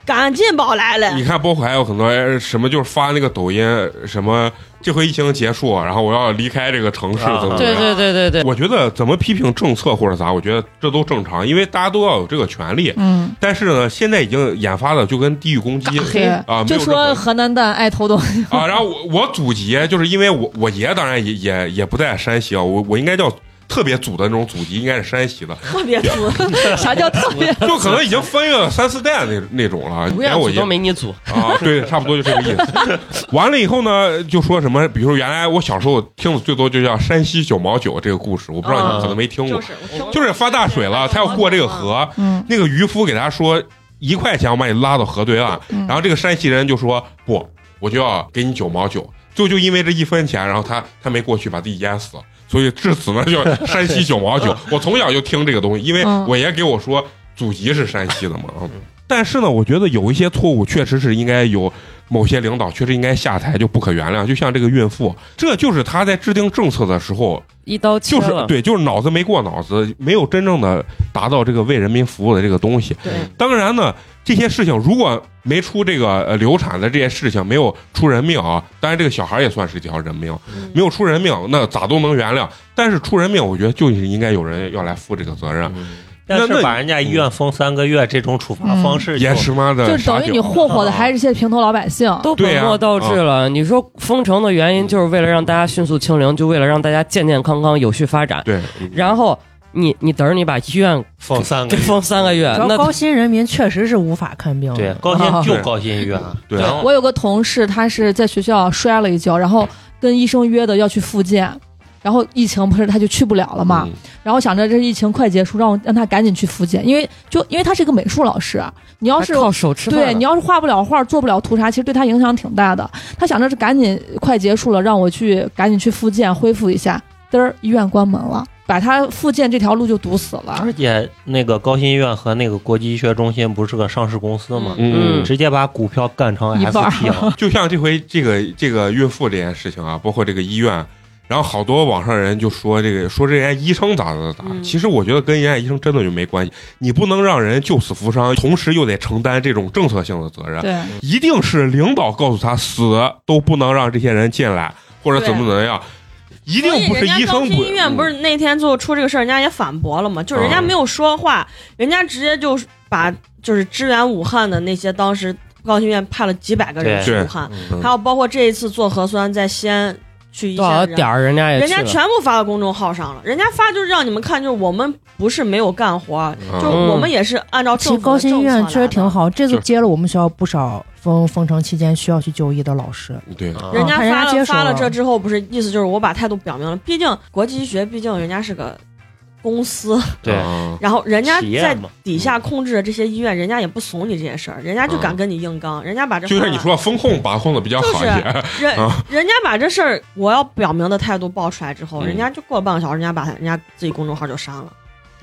S4: 赶紧宝来了
S1: 嗯你，看，包括还有很多人什么，就是发那个抖音什么，这回疫情结束，然后我要离开这个城市，
S6: 啊
S1: 怎么怎么
S2: 对
S1: 样？
S2: 对对对对，
S1: 我觉得怎么批评政策或者咋，我觉得这都正常，因为大家都要有这个权利。
S5: 嗯，
S1: 但是呢，现在已经研发的就跟地域攻击
S5: 对
S1: 啊，没
S5: 就
S1: 有
S5: 说
S1: 任何
S5: 河南蛋爱偷东 西，
S1: 啊。然后我我祖籍就是因为我我爷当然也也也不在山西啊，我我应该叫特别祖的那种祖籍，应该是山西的，
S4: 特别足。
S5: 啥叫特别？
S1: 就可能已经翻越了三四代那那种了。
S2: 不
S1: 连
S2: 愿
S1: 哎我
S2: 组
S1: 爷
S2: 都没你组，
S1: 啊，对，差不多就这个意思。 完了以后呢，就说什么，比如说原来我小时候听的最多就叫山西九毛九这个故事，我不知道你们可能没听过
S4: 啊就。是我听过
S1: 就是发大水了，他要过这个河，
S5: 嗯
S1: 那个渔夫给他说一块钱，我把你拉到河对岸，
S5: 嗯
S1: 然后这个山西人就说不，我就要给你九毛九，最后就因为这一分钱，然后他他没过去，把自己淹死了。所以至此 呢，叫山西九毛九。我从小就听这个东西，因为
S5: 嗯
S1: 我爷给我说祖籍是山西的嘛。 但是呢，我觉得有一些错误确实是应该有某些领导确实应该下台，就不可原谅。就像这个孕妇，这就是他在制定政策的时候
S2: 一刀切
S1: 就是
S2: 了。
S1: 对，就是脑子没过脑子，没有真正的达到这个为人民服务的这个东西。
S4: 对，
S1: 当然呢，这些事情如果没出这个呃流产的这些事情，没有出人命啊，当然这个小孩也算是一条人命，
S5: 嗯
S4: 嗯
S1: 没有出人命，那咋都能原谅。但是出人命，我觉得就是应该有人要来负这个责任，？”
S6: 但
S1: 那那
S6: 是把人家医院封三个月这种处罚方式就，
S1: 也是妈的
S5: 嗯就
S1: 傻屌，
S5: 是等于你霍霍的
S1: 啊
S5: 还是一些平头老百姓。
S2: 都
S1: 对
S2: 本
S1: 呀啊
S2: 末倒置了。你说封城的原因就是为了让大家迅速清零，就为了让大家健健康康、有序发展。
S1: 对，
S2: 然后你你等着你把医院
S6: 封 三个
S2: 给
S6: 月。
S2: 封三个月，
S3: 主要
S2: 那
S3: 高新人民确实是无法看病的。
S6: 对，高新就高新医院，
S1: 对
S6: 啊然后
S5: 我有个同事，他是在学校摔了一跤，然后跟医生约的要去复健，然后疫情不是他就去不了了嘛，
S1: 嗯
S5: 然后想着这疫情快结束，让我让他赶紧去复健，因为就因为他是一个美术老师，啊你要
S2: 还
S5: 是
S2: 靠手吃饭呢。
S5: 对你要是画不了画，做不了图啥，其实对他影响挺大的。他想着是赶紧快结束了，让我去赶紧去复健恢复一下，嘚儿医院关门了，把他复健这条路就堵死了。
S6: 而且那个高新医院和那个国际医学中心不是个上市公司嘛，
S1: 嗯
S2: 嗯
S6: 直接把股票干成
S5: 一半 儿
S6: SP 了。
S1: 就像这回这个这个孕妇这件事情啊，包括这个医院，然后好多网上人就说这个，说这人家医生咋咋咋，
S4: 嗯
S1: 其实我觉得跟人家医生真的就没关系。你不能让人救死扶伤，同时又得承担这种政策性的责任。
S5: 对，
S1: 一定是领导告诉他死都不能让这些人进来，或者
S4: 对
S1: 怎么怎么样，一
S4: 所
S1: 定
S4: 以
S1: 不是
S4: 人
S1: 医
S4: 家
S1: 生
S4: 刚
S1: 不嗯
S4: 医院不是那天最后出这个事儿，人家也反驳了嘛，就是
S1: 啊
S4: 人家没有说话，人家直接就是把就是支援武汉的那些当时高新医院派了几百个人
S6: 对
S4: 去
S1: 对
S4: 武汉，
S1: 嗯
S4: 还有包括这一次做核酸在西安去一
S2: 多少
S4: 线
S2: 点儿人家也
S4: 人
S2: 去
S4: 家
S2: 了。
S4: 全部发到公众号上了，人家发就是让你们看，就是我们不是没有干活，
S1: 嗯
S4: 就是我们也是按照
S3: 其实
S4: 政府
S3: 高
S4: 的政策
S3: 新医院
S4: 来的
S3: 确实挺。好，这次
S1: 就是
S3: 接了我们学校不少封封城期间需要去就医的老师。
S1: 嗯对，
S6: 啊
S4: 人家
S3: 啊人家
S4: 发了、
S3: 接手
S4: 发了
S3: 了
S4: 这之后，不是意思就是我把态度表明了，毕竟国际医学，毕竟人家是个公司，
S6: 对
S1: 嗯
S4: 然后人家
S6: 企业
S4: 在
S6: 嘛
S4: 底下控制的这些医院，人家也不怂你这些事儿，人家
S2: 嗯
S4: 就敢跟你硬刚，人家把这
S1: 就
S4: 话
S1: 像你说，风控把控的比较好一些，
S4: 人、
S1: 啊
S4: 人家把这事儿我要表明的态度爆出来之后，
S1: 嗯
S4: 人家就过了半个小时，人家把他人家自己公众号就删了，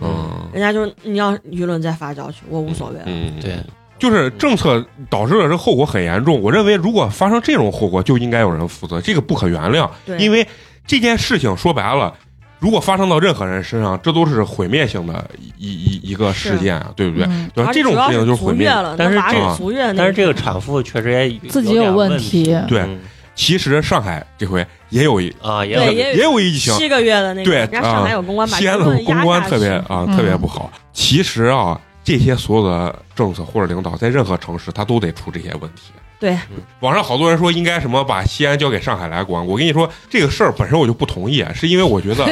S1: 嗯
S4: 人家就是你让舆论再发酵去，我无所谓了。
S1: 嗯，
S6: 对，
S1: 就是政策导致了这后果很严重。我认为，如果发生这种后果，就应该有人负责，这个不可原谅。
S4: 对，
S1: 因为这件事情说白了，如果发生到任何人身上，这都是毁灭性的一一一一个事件啊，对不对？
S5: 嗯
S1: 对吧？这种事情就是毁
S4: 足
S1: 灭嗯
S4: 月。了，
S6: 但是
S4: 那娃
S6: 这
S1: 个
S4: 是足月那，
S6: 但是这个产妇确实也有
S5: 自己有
S6: 点
S5: 问
S6: 问
S5: 题
S1: 对
S6: 嗯
S1: 其实上海这回也有一
S6: 啊，也
S4: 对
S6: 有
S4: 也
S1: 也有疫情，
S4: 七个月的那个，
S1: 对
S4: 人家上海有公关把
S1: 西安的
S4: 舆论压
S1: 公关
S4: 下
S1: 特别
S4: 去
S1: 啊、
S5: 嗯
S1: 特别不好。其实啊，这些所有的政策或者领导在任何城市，他都得出这些问题。嗯
S4: 对，
S1: 网上好多人说应该什么把西安交给上海来管，我跟你说这个事儿本身我就不同意，啊是因为我觉 得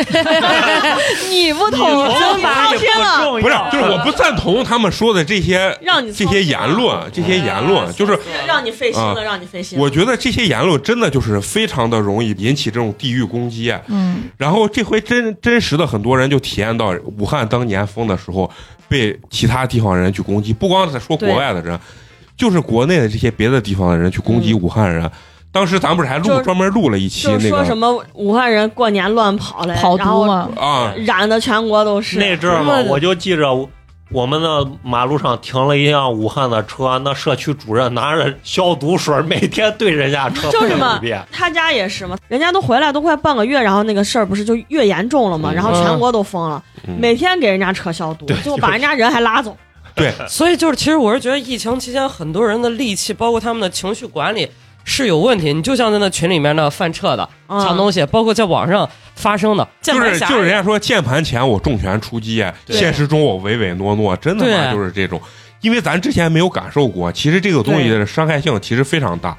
S4: 你不
S6: 你
S4: 捅真
S6: 吧
S4: 吧？天呐，
S1: 不是，就是我不赞同他们说的这些
S4: 啊让你操
S1: 这
S4: 心
S1: 些言论，这些言
S4: 哎
S1: 论就是。
S4: 让你费心
S1: 啊
S4: 了，让你费心了。
S1: 我觉得这些言论真的就是非常的容易引起这种地域攻击，啊
S5: 嗯，
S1: 然后这回真真实的很多人就体验到武汉当年封的时候被其他地方人去攻击，不光是说国外的人，就是国内的这些别的地方的人去攻击武汉人。当时咱不是还录、
S4: 就是
S1: 专门录了一期
S4: 就
S1: 那
S4: 是说什
S1: 个
S4: 么武汉人过年乱跑嘞，
S5: 跑
S4: 哎然
S5: 毒
S4: 后
S5: 嘛，
S1: 啊？
S4: 染的全国都是。
S6: 那阵儿嘛，我就记着我们的马路上停了一辆武汉的车，那社区主任拿着消毒水，每天对人家车
S4: 就是
S6: 喷
S4: 嘛
S6: 一遍。
S4: 他家也是嘛，人家都回来都快半个月，然后那个事儿不是就越严重了嘛，
S1: 嗯
S4: 然后全国都封了，
S1: 嗯
S4: 每天给人家扯消毒，
S6: 对
S4: 最后把人家人还拉走。
S1: 对，
S2: 所以就是，其实我是觉得疫情期间很多人的力气，包括他们的情绪管理是有问题。你就像在那群里面的犯撤的、
S4: 嗯
S2: 抢东西，包括在网上发生的，键
S1: 就
S2: 盘
S1: 是
S2: 侠
S1: 就是人家说键盘前我重拳出击，啊
S6: 对
S1: 现实中我唯唯诺诺，真的嘛
S2: 对
S1: 就是这种，因为咱之前没有感受过，其实这个东西的伤害性其实非常大。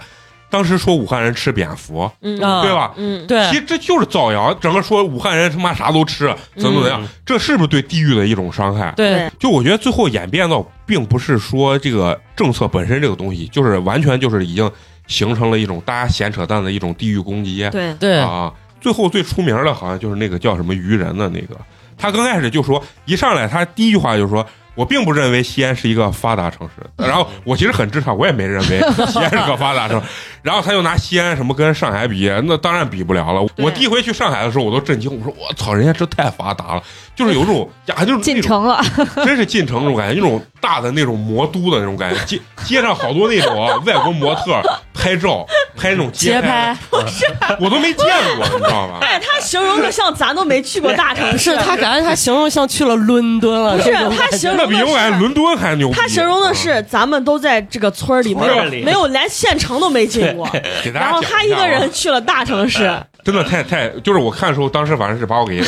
S1: 当时说武汉人吃蝙蝠，
S4: 嗯
S2: 啊
S1: 对吧？
S4: 嗯，
S2: 对
S1: 其实这就是造谣，整个说武汉人他妈啥都吃，怎么怎么样，
S6: 嗯
S1: 这是不是对地域的一种伤害？
S2: 对，
S1: 就我觉得最后演变到，并不是说这个政策本身这个东西，就是完全就是已经形成了一种大家闲扯淡的一种地域攻击
S4: 对
S2: 对
S1: 啊。最后最出名的好像就是那个叫什么愚人的那个，他刚开始就说，一上来他第一句话就说。我并不认为西安是一个发达城市，然后我其实很支持他，我也没认为西安是个发达城市。然后他又拿西安什么跟上海比，那当然比不了了。
S4: 对
S1: 我第一回去上海的时候，我都震惊，我说我操，人家这太发达了，就是有种呀，就是那
S5: 进
S1: 种
S5: 城了，
S1: 真是进城那种感觉，那种大的那种魔都的那种感觉，街街上好多那种啊外国模特拍照拍那种街
S2: 节
S1: 拍
S2: 拍
S1: 的，嗯我都没见过，你知道吧？
S4: 哎，他形容的像咱都没去过大城
S2: 不
S4: 市
S2: 是，他感觉他形容像去了伦敦了，
S4: 不是
S2: 这种
S4: 他 形
S1: 那
S4: 容
S1: 比我感觉
S4: 的是。
S1: 伦敦还牛逼。
S4: 他形容的是咱们都在这个村儿里，没
S6: 村儿
S4: 有
S6: 里
S4: 没有连县城都没进过，
S1: 嗯给大家
S4: 然后
S1: 讲
S4: 他
S1: 一
S4: 一
S1: 下啊
S4: 个人去了大城市，
S1: 真的太太，就是我看的时候，当时反正是把我给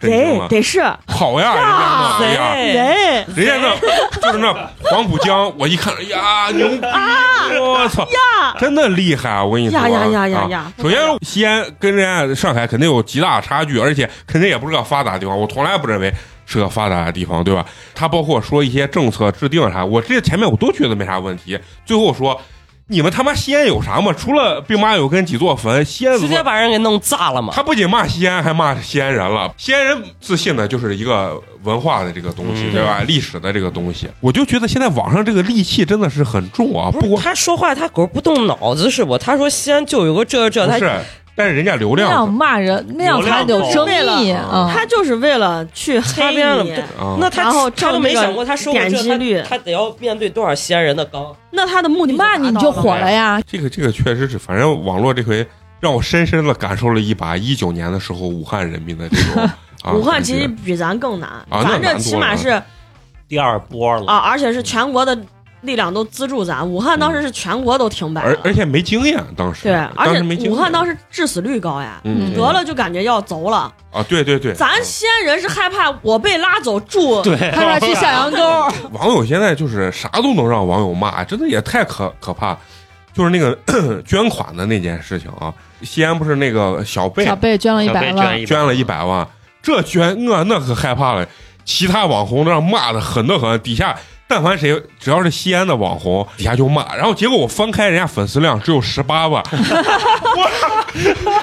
S1: 震惊
S4: 哎得
S1: 了。
S4: 得是
S1: 好呀，人家那哎呀，
S4: 得
S2: 谁
S1: 人家那 就是那黄浦江，我一看，哎呀，牛逼！我操呀，真的厉害！我跟你说，
S4: 啊呀呀呀呀
S1: 啊
S4: 呀
S1: 首先，西安跟人家上海肯定有极大的差距，而且肯定也不是个发达地方。我从来不认为是个发达的地方，对吧？他包括说一些政策制定啊啥，我这前面我都觉得没啥问题。最后说，你们他妈西安有啥吗？除了兵马俑跟几座坟，西安怎
S2: 直
S1: 么
S2: 接把人给弄炸了嘛？
S1: 他不仅骂西安，还骂西安人了。西安人自信的就是一个文化的这个东西，
S6: 嗯
S1: 对吧？历史的这个东西，我就觉得现在网上这个戾气真的是很重啊！
S2: 不
S1: 不
S2: 是
S1: 光
S2: 他说话，他狗不动脑子是不？他说西安就有个这这，
S1: 不
S2: 他
S1: 是，但是人家流
S5: 那样
S1: 量
S5: 骂人，那样才有争议啊。
S4: 他就是为了去
S2: 擦
S4: 黑
S2: 边了
S4: 你，
S2: 对
S1: 啊，
S2: 那他
S4: 然后
S2: 他都
S4: 挣
S2: 没
S4: 这个
S2: 想过，他收过
S4: 点
S2: 这
S4: 击率
S2: 他他得要面对多少西安人的刚。
S4: 那他的目的
S5: 你骂你
S4: 达
S5: 你
S4: 到
S5: 就
S4: 了
S5: 火了呀，
S1: 这个这个确实是，反正网络这回让我深深的感受了一把一九年的时候武汉人民的这种啊
S4: 武汉
S1: 感觉
S4: 其实比咱更难，
S1: 那
S4: 咱这
S1: 难
S4: 起
S1: 多
S4: 码
S1: 了啊
S4: 是
S6: 第二波了，
S5: 哦
S4: 啊，而且是全国的力量都资助咱。武汉当时是全国都停摆
S1: 而
S4: 了，
S1: 而且没经验，当时
S4: 对，
S1: 当
S4: 而
S1: 时没经
S4: 且
S1: 验
S4: 武汉当时致死率高呀，
S1: 嗯
S4: 得了就感觉要走了。
S1: 啊，对对对，
S4: 咱西安人是害怕我被拉走住，
S6: 对，
S5: 他说去小洋沟，
S1: 网友现在就是啥都能让网友骂，真的也太可可怕。就是那个 捐款的那件事情啊，西安不是那个小贝
S5: 小贝捐了一
S6: 小贝
S5: 百万，
S6: 一
S1: 捐了一
S6: 一，
S1: 百万，这捐我那可害怕了。其他网红那骂的狠的很，底下但凡谁只要是西安的网红，底下就骂。然后结果我翻开人家粉丝量只有十八万， 我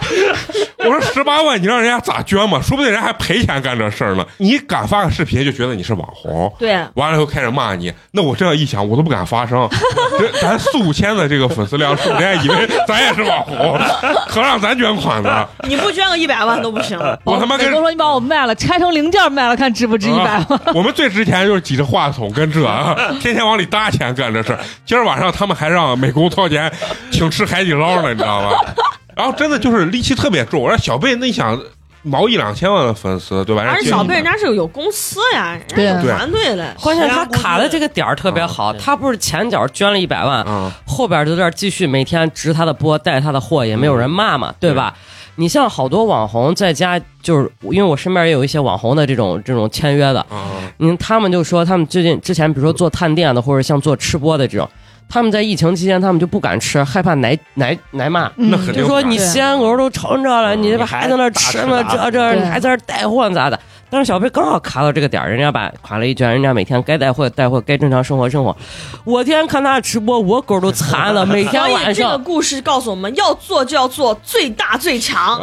S1: 我说十八万你让人家咋捐嘛？说不定人家还赔钱干这事儿呢。你敢发个视频就觉得你是网红，
S4: 对，
S1: 完了以后开始骂你，那我这样一想，我都不敢发声。 这咱四五千的这个粉丝量，是不是人家以为咱也是网红，可让咱捐款呢？
S4: 你不捐个一百万都不 行。
S1: 我他妈跟啊
S5: 哦美国说你把我卖了，拆成零件卖了，看值不哎值一百万？
S1: 我们最值钱就是几只话筒跟这，啊，天天往里搭钱干这事儿。今儿晚上他们还让美工掏钱请吃海底捞呢，你知道吗？然后真的就是戾气特别重。然后小贝那你想毛一两千万的粉丝对吧？
S4: 而且
S1: 家
S4: 小贝人家是有公司呀，人家
S5: 对
S4: 有团队的，
S2: 关键他卡的这啊个点儿特别好，
S6: 嗯
S2: 他不是前脚捐了一百万，
S1: 啊，
S2: 后边就在这儿继续每天直他的播，带他的货，也没有人骂嘛，对吧？你像好多网红在家，就是因为我身边也有一些网红的这种这种签约的，
S1: 啊
S2: 嗯，他们就说他们最近之前，比如说做探店的，或者像做吃播的这种，他们在疫情期间他们就不敢吃，害怕挨挨挨骂。
S5: 嗯
S1: 那肯定啊
S2: 就说你
S5: 对
S2: 西安狗肉都成这了，
S6: 嗯
S2: 你这
S6: 你
S2: 边
S6: 还
S2: 还在那儿
S6: 大
S2: 吃
S6: 吃
S2: 呢，
S6: 大
S2: 这
S6: 喝
S2: 这
S5: 对
S2: 你还在那儿带货呢咋的？但是小贝刚好卡到这个点儿，人家把垮了一圈，人家每天该带货带货，该正常生活生活。我天天看他的直播，我狗都馋了，每天
S4: 所以
S2: 晚
S4: 这个
S2: 上
S4: 故事告诉我们要做就要做最大最强。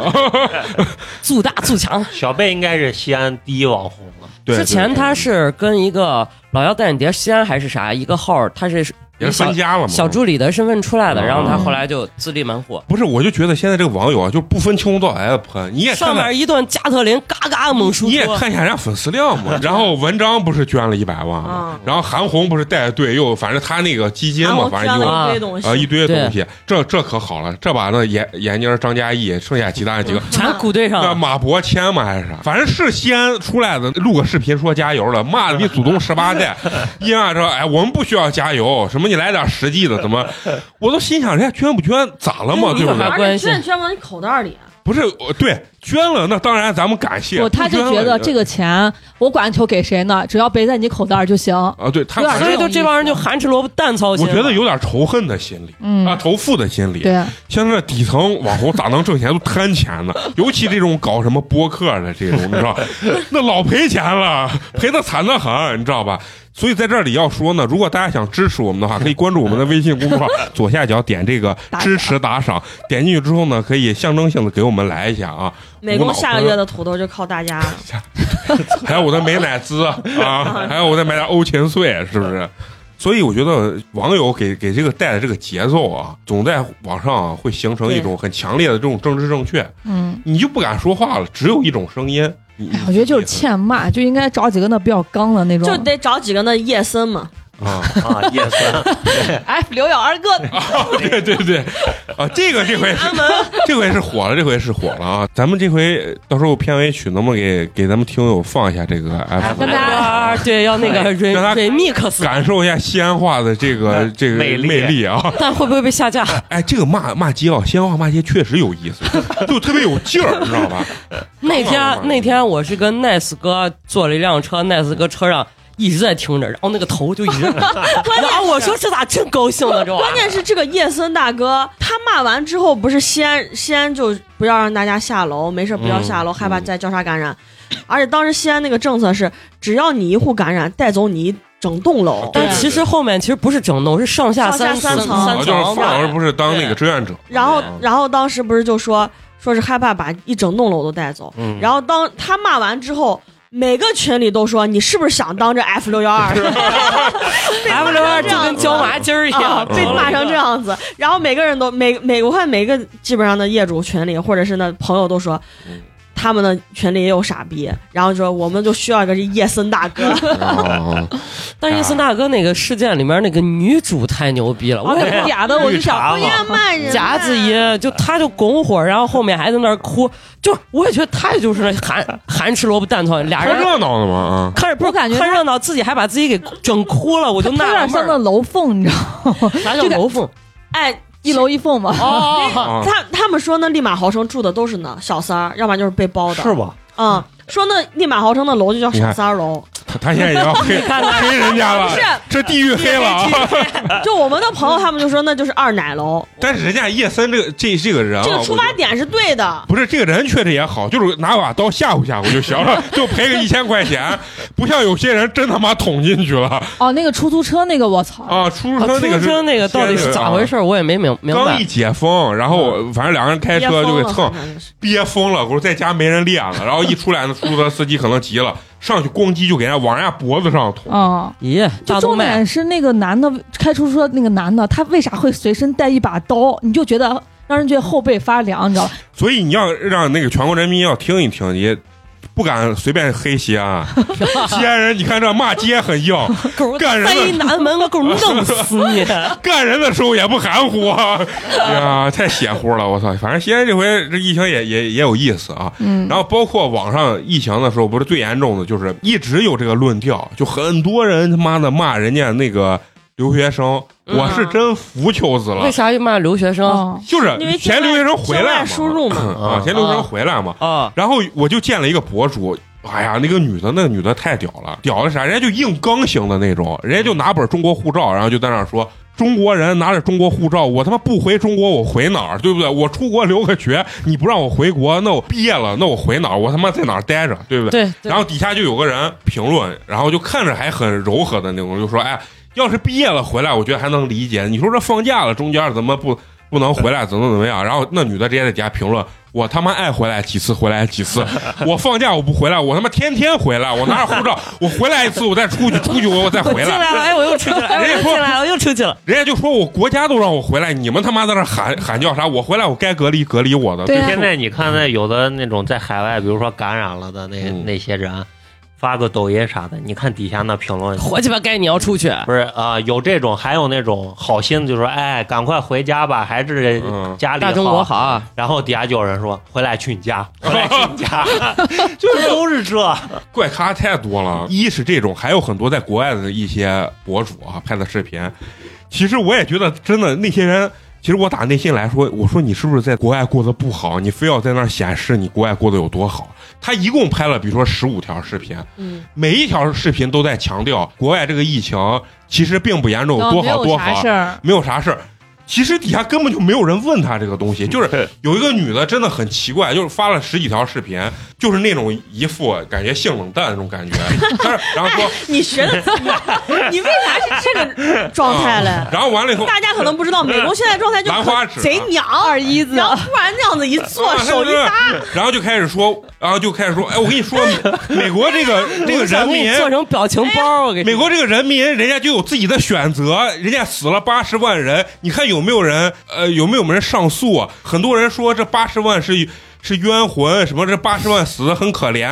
S2: 做大做强。
S6: 小贝应该是西安第一网红了，
S1: 对，
S2: 之前他是跟一个老妖带你碟西安还是啥一个号儿，他是
S1: 也是
S2: 小
S1: 分家了嘛，
S2: 小助理的身份出来的，
S1: 哦
S2: 然后他后来就自立门户。
S1: 不是，我就觉得现在这个网友啊，就不分青红皂白的喷，你也
S2: 上
S1: 看看
S2: 面一段加特林嘎嘎猛输
S1: 你也
S2: 出，
S1: 看一下人家粉丝量嘛。然后文章不是捐了一百万嘛
S4: 嗯，
S1: 然后韩红不是带着队又反正他那个基金
S4: 然后
S1: 嘛，反
S4: 捐
S1: 正有
S4: 了一堆东西
S1: 啊，一堆东西，这这可好了，这把那闫闫妮儿、张嘉译，剩下其他几个。
S2: 全鼓队
S1: 那
S2: 上。
S1: 马伯骞嘛还是啥，反正是西安出来的，录个视频说加油了，骂的你祖宗十八代，阴暗说哎我们不需要加油，什么你来点实际的，怎么，我都心想人家捐不捐咋了嘛，
S2: 嗯
S1: 对不对
S4: 而
S2: 还？
S4: 且
S2: 关系
S4: 捐捐不到你口袋里，啊
S1: 不是，我对捐了那当然咱们感谢，
S5: 不，他就
S1: 不捐
S5: 觉
S1: 了
S5: 得这个钱我管你投给谁呢，只要别在你口袋儿就行。
S1: 啊，对他
S5: 有
S1: 反
S2: 所
S5: 点这
S1: 正
S2: 以就
S5: 种
S2: 这帮人就含吃萝卜淡操心。
S1: 我觉得有点仇恨的心理、
S5: 嗯，
S1: 啊，仇富的心理。
S5: 对，
S1: 像这底层网红咋能挣钱？都贪钱呢， 尤其这种搞什么播客的这种，你知道，那老赔钱了，赔的惨的很，你知道吧？所以在这里要说呢，如果大家想支持我们的话，可以关注我们的微信公 众号，左下角点这个
S5: 打赏
S1: 支持打赏，点进去之后呢，可以象征性的给我们来一下啊，
S4: 美工下个月的土豆就靠大家了。
S1: 还有我的美乃滋 啊，还有我再买点欧芹碎，是不是？所以我觉得网友给给这个带的这个节奏啊，总在网上、啊、会形成一种很强烈的这种政治正确，
S5: 嗯。
S1: 你就不敢说话了，只有一种声音。你
S5: 哎，我觉得就是欠骂，就应该找几个那比较刚的那种。
S4: 就得找几个那叶森嘛，
S1: 啊，
S6: 啊，也算
S5: 哎，刘耀二哥，
S1: 对对对，啊，这个这回是这回是火了，这回是火了啊！咱们这回到时候片尾曲能不能给给咱们听友放一下这个 F，
S5: 跟大家
S2: 啊，对，要那个 re
S1: 哎让他
S2: remix，
S1: 感受一下西安话的这个这个
S6: 魅力
S1: 魅力啊！
S2: 但会不会被 下架？
S1: 哎，这个骂骂街啊，西安话骂街确实有意思，就特别有劲儿，你知道 吧？
S2: 那
S1: 啊
S2: 天那天我是跟 nice 哥坐了一辆车，nice 哥车上一直在听着，然后那个 头就一直，啊，我说这咋真高兴呢？这玩意儿
S4: 关键是这个叶森大哥，他骂完之后，不是西安西安就不要让大家下楼，没事不要下楼，害怕再交叉感染。而且当时西安那个政策是，只要你一户感染，带走你一整栋楼。
S2: 但其实后面其实不是整栋，是上下
S4: 上下
S2: 三
S4: 三层
S1: 啊，
S2: 三
S1: 就
S4: 哦
S1: 是
S2: 层
S1: 范老师不是当那个志 愿者，
S4: 然后然后当时不是就说说是害怕把一整栋楼都带走。
S1: 嗯，
S4: 然后当他骂完之后。每个群里都说你是不是想当这 F 六幺二？
S2: ，F 六二就跟椒麻鸡 儿一
S4: 啊
S2: 样，，
S4: 被骂成这样子，然后每个人都每每我看每个基本上的业主群里或者是那朋友都说
S1: 嗯，
S4: 他他们的群里也有傻逼，然后就说我们就需要一个这叶森大哥，
S1: 啊
S2: 但是叶森大哥那个事件里面那个女主太牛逼了，
S4: 啊
S2: 我
S6: 对
S5: 嗲的我就想，哎
S6: 绿 茶嘛
S4: 骂人
S2: 夹子爷就他就拱火，然后后面还在那儿哭，就是我也觉得他就是含含吃萝卜淡操，俩
S1: 看
S2: 人
S1: 热闹呢嘛啊！
S2: 看着不是
S5: 我感觉他
S2: 看热闹，自己还把自己给整哭了，我就纳
S5: 他有
S2: 了闷
S5: 点像那
S2: 儿，
S5: 楼凤，你知道，
S2: 啥叫
S5: 这个
S2: 楼凤？
S4: 哎。
S5: 一楼一凤嘛。
S2: 哦，
S1: 啊
S4: 他他们说那立马豪城住的都是那小三儿，要不然就是被包的。
S6: 是吧？
S4: 嗯，说那立马豪城的楼就叫小三儿楼。
S1: 他他现在也要黑黑人家了，
S4: 不是
S1: 这地域黑了啊！
S4: 就我们的朋友他们就说那就是二奶楼，
S1: 但是人家叶森这个这这个人啊，
S4: 这个
S1: 我
S4: 出
S1: 觉
S4: 发
S1: 得
S4: 点是对的。
S1: 不是这个人确实也好，就是拿把刀吓唬吓唬就行了，就赔个一千块钱，不像有些人真他妈捅进去了
S5: 哦，那个出租车那个，我操！
S1: 啊！出租
S2: 啊
S1: 车那
S2: 出
S1: 个
S2: 租车那个到底是咋回
S1: 事？
S2: 事儿？我也没明明
S1: 啊刚
S2: 白嗯
S1: 一。解封，然后反正两个人开
S4: 憋
S1: 车就
S4: 疯
S1: 给
S4: 了，
S1: 蹭
S4: 反，正是
S1: 憋疯了，我说在家没人练了，然后一出来，那出租车司机可能急了，上去咣叽就给人家往人家脖子上捅，
S5: 啊，
S2: 咦，
S5: 就
S2: 大动
S5: 重
S2: 脉
S5: 点是那个男的开出租车那个男的，他为啥会随身带一把刀？你就觉得让人觉得后背发凉，你知道吧？
S1: 所以你要让那个全国人民要听一听，也不敢随便黑西 安，西安人你看这骂街很硬，
S2: 狗
S1: 干人
S2: 塞南门，我狗弄死 你！
S1: 干人的时候也不含糊啊，哎呀，太邪乎了，我操！反正西安这回这疫情也也也有意思啊。
S5: 嗯，
S1: 然后包括网上疫情的时候，不是最严重的，就是一直有这个论调，就很多人他妈的骂人家那个留学生，
S2: 嗯
S1: 我是真服球子了
S2: 为，啥又骂留学
S1: 啊
S2: 生？
S5: 哦，
S1: 就是
S4: 因为
S1: 嫌留学生回
S4: 境
S1: 来
S4: 外
S1: 嘛
S4: 输入 嘛，
S1: 啊，嫌留学生回来嘛，
S2: 啊，
S1: 然后我就见了一个博主，哎呀，那个女的，那个女的太屌了，屌的啥？人家就硬刚型的那种，人家就拿本中国护照，然后就在那儿说。中国人拿着中国护照，我他妈不回中国，我回哪儿？对不对？我出国留个学，你不让我回国，那我毕业了，那我回哪儿？我他妈在哪儿待着？对不对？
S2: 对，对
S1: 然后底下就有个人评论，然后就看着还很柔和的那种，就说：“哎，要是毕业了回来，我觉得还能理解。你说这放假了，中间怎么不不能回来，怎么怎么样？”然后那女的直接在底下评论：“我他妈爱回来几次回来几 次，我放假我不回来，我他妈天天回来，我拿着护照，我回来一次我再出去，出去我我再
S2: 我
S1: 回
S2: 进
S1: 来。”
S2: 来了，哎，我又出去了，哎，我
S1: 人家
S2: 又进
S1: 说
S2: 来了，我又出去了。
S1: 人家就说我国家都让我回来，你们他妈在那喊喊叫啥？我回来我该隔离隔离我的，
S5: 对啊
S1: 吧
S6: 现在你看那有的那种在海外，比如说感染了的那
S1: 嗯
S6: 那些人，发个抖音啥的，你看底下那评论。
S2: 伙计吧，该你要出去。
S6: 不是啊、有这种，还有那种好心就说，哎，赶快回家吧，还是
S1: 嗯
S6: 家里
S2: 大中国好啊！
S6: 然后底下就有人说：“回来去你 家，回来去你家。”就是都是这，
S1: 怪咖太多了，一是这种，还有很多在国外的一些博主啊拍的视频。其实我也觉得，真的那些人，其实我打内心来说，我说你是不是在国外过得不好？你非要在那儿显示你国外过得有多好？他一共拍了，比如说十五条视频，
S4: 嗯，
S1: 每一条视频都在强调国外这个疫情其实并不严重，
S5: 然
S1: 哦多
S5: 哦后没
S1: 好
S5: 有
S1: 多
S5: 啥
S1: 好啊
S5: 事，儿，
S1: 没有啥事儿。其实底下根本就没有人问他这个东西，就是有一个女的真的很奇怪，就是发了十几条视频，就是那种一副感觉性冷淡那种感觉，但是然后说
S4: 你学的，你为啥是这个状态嘞
S1: 啊？然后完了以后，
S4: 大家可能不知道，美工现在状态就
S1: 兰花指
S4: 很贼娘二一子，然后突然那样子一坐，
S1: 啊
S4: 手一搭，，
S1: 然后就开始说，然后就开始说，哎，我跟你说，美美国这个这个人
S2: 我给
S1: 民
S2: 你。做成表情包，我给你
S1: 美国这个人民，人家就有自己的选择，人家死了八十万人，你看有没有人呃有没有人上诉啊？很多人说这八十万是是冤魂，什么这八十万死的很可怜，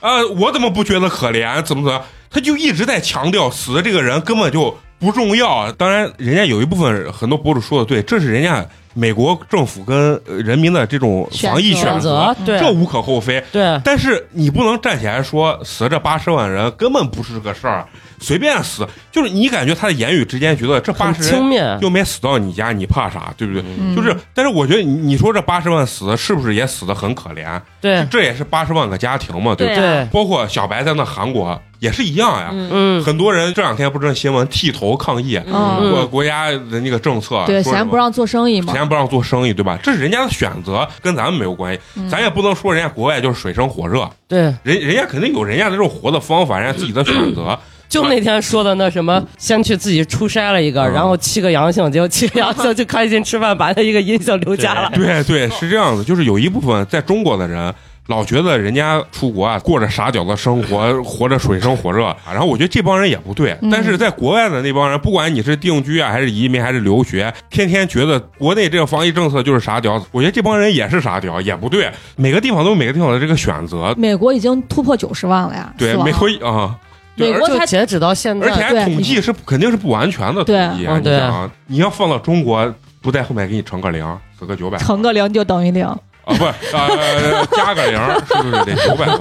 S1: 啊、我怎么不觉得可怜？怎么怎么样？他就一直在强调死的这个人根本就不重要。当然，人家有一部分很多博主说的对，这是人家美国政府跟呃人民的这种防疫
S2: 选
S1: 选
S2: 择
S1: 择，，
S2: 对
S1: 这无可厚非。
S2: 对，
S1: 但是你不能站起来说死这八十万人根本不是个事儿，随便死，就是你感觉他的言语之间觉得这八十
S2: 很轻
S1: 人
S2: 蔑。
S1: 又没死到你家，你怕啥，对不对？
S5: 嗯
S1: 就是，但是我觉得你你说这八十万死的是不是也死的很可怜？
S2: 对
S1: 这也是八十万个家庭嘛，对不
S4: 对
S1: 对？
S2: 对，
S1: 包括小白在那韩国也是一样呀，
S4: 嗯，
S2: 嗯，
S1: 很多人这两天不是新闻剃头抗议，
S5: 嗯
S1: 国国家的那个政策
S5: 对，
S1: 说什
S5: 嫌
S1: 么
S5: 不让做生意嘛
S1: 人，家不让做生意，对吧？这是人家的选择，跟咱们没有关系。
S5: 嗯
S1: 咱也不能说人家国外就是水深火热，
S2: 对，
S1: 人人家肯定有人家的这种活的方法，人家自己的选 择。
S2: 就那天说的那什么，先去自己初筛了一个，
S1: 嗯
S2: 然后七个阳性，结果七个阳 性就开心吃饭，把那一个阴性留家了。
S1: 对对，是这样子。就是有一部分在中国的人，老觉得人家出国啊，过着傻屌的生活， 活着水深火热。然后我觉得这帮人也不对，
S5: 嗯
S1: 但是在国外的那帮人，不管你是定居啊，还是移民，还是留学，天天觉得国内这个防疫政策就是傻屌。我觉得这帮人也是傻屌，也不对。每个地方都有每个地方的这个选择，
S5: 美国已经突破九十万了呀，
S1: 对，
S5: 死亡
S1: 没回啊。对
S5: 美
S1: 而
S5: 国
S2: 就
S5: 才
S2: 截止到现
S1: 而且
S2: 在，
S1: 还统计是肯定是不完全的统计啊！
S2: 嗯对嗯
S1: 你想啊，你要放到中国，不在后面给你乘个零，死个九百，
S5: 乘个零就等于零。
S1: 啊不呃加个零，是不是得九百 多？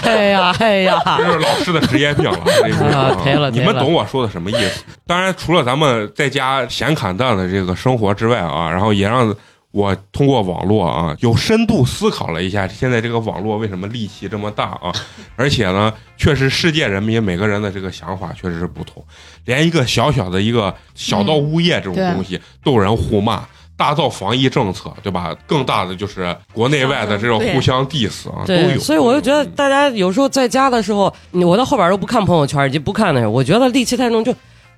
S1: 对，
S2: 哎呀哎 呀，
S1: 这是老师的职业病了。这是
S2: 啊赔了
S1: 你
S2: 赔
S1: 们
S2: 了
S1: 懂我说的什么意思？当然，除了咱们在家闲侃淡的这个生活之外啊，然后也让我通过网络啊，有深度思考了一下现在这个网络为什么戾气这么大啊，而且呢，确实世界人民每个人的这个想法确实是不同，连一个小小的一个小
S2: 嗯
S1: 到物业这种
S5: 对
S1: 东西都有人互骂。大到防疫政策，对吧？更大的就是国内外的这种
S4: 对
S1: 互相 diss 啊，都
S2: 对，
S1: 有。
S2: 所以我就觉得
S1: 嗯
S2: 大家有时候在家的时候，你我到后边都不看朋友圈，以及不看那个，我觉得戾气太重，就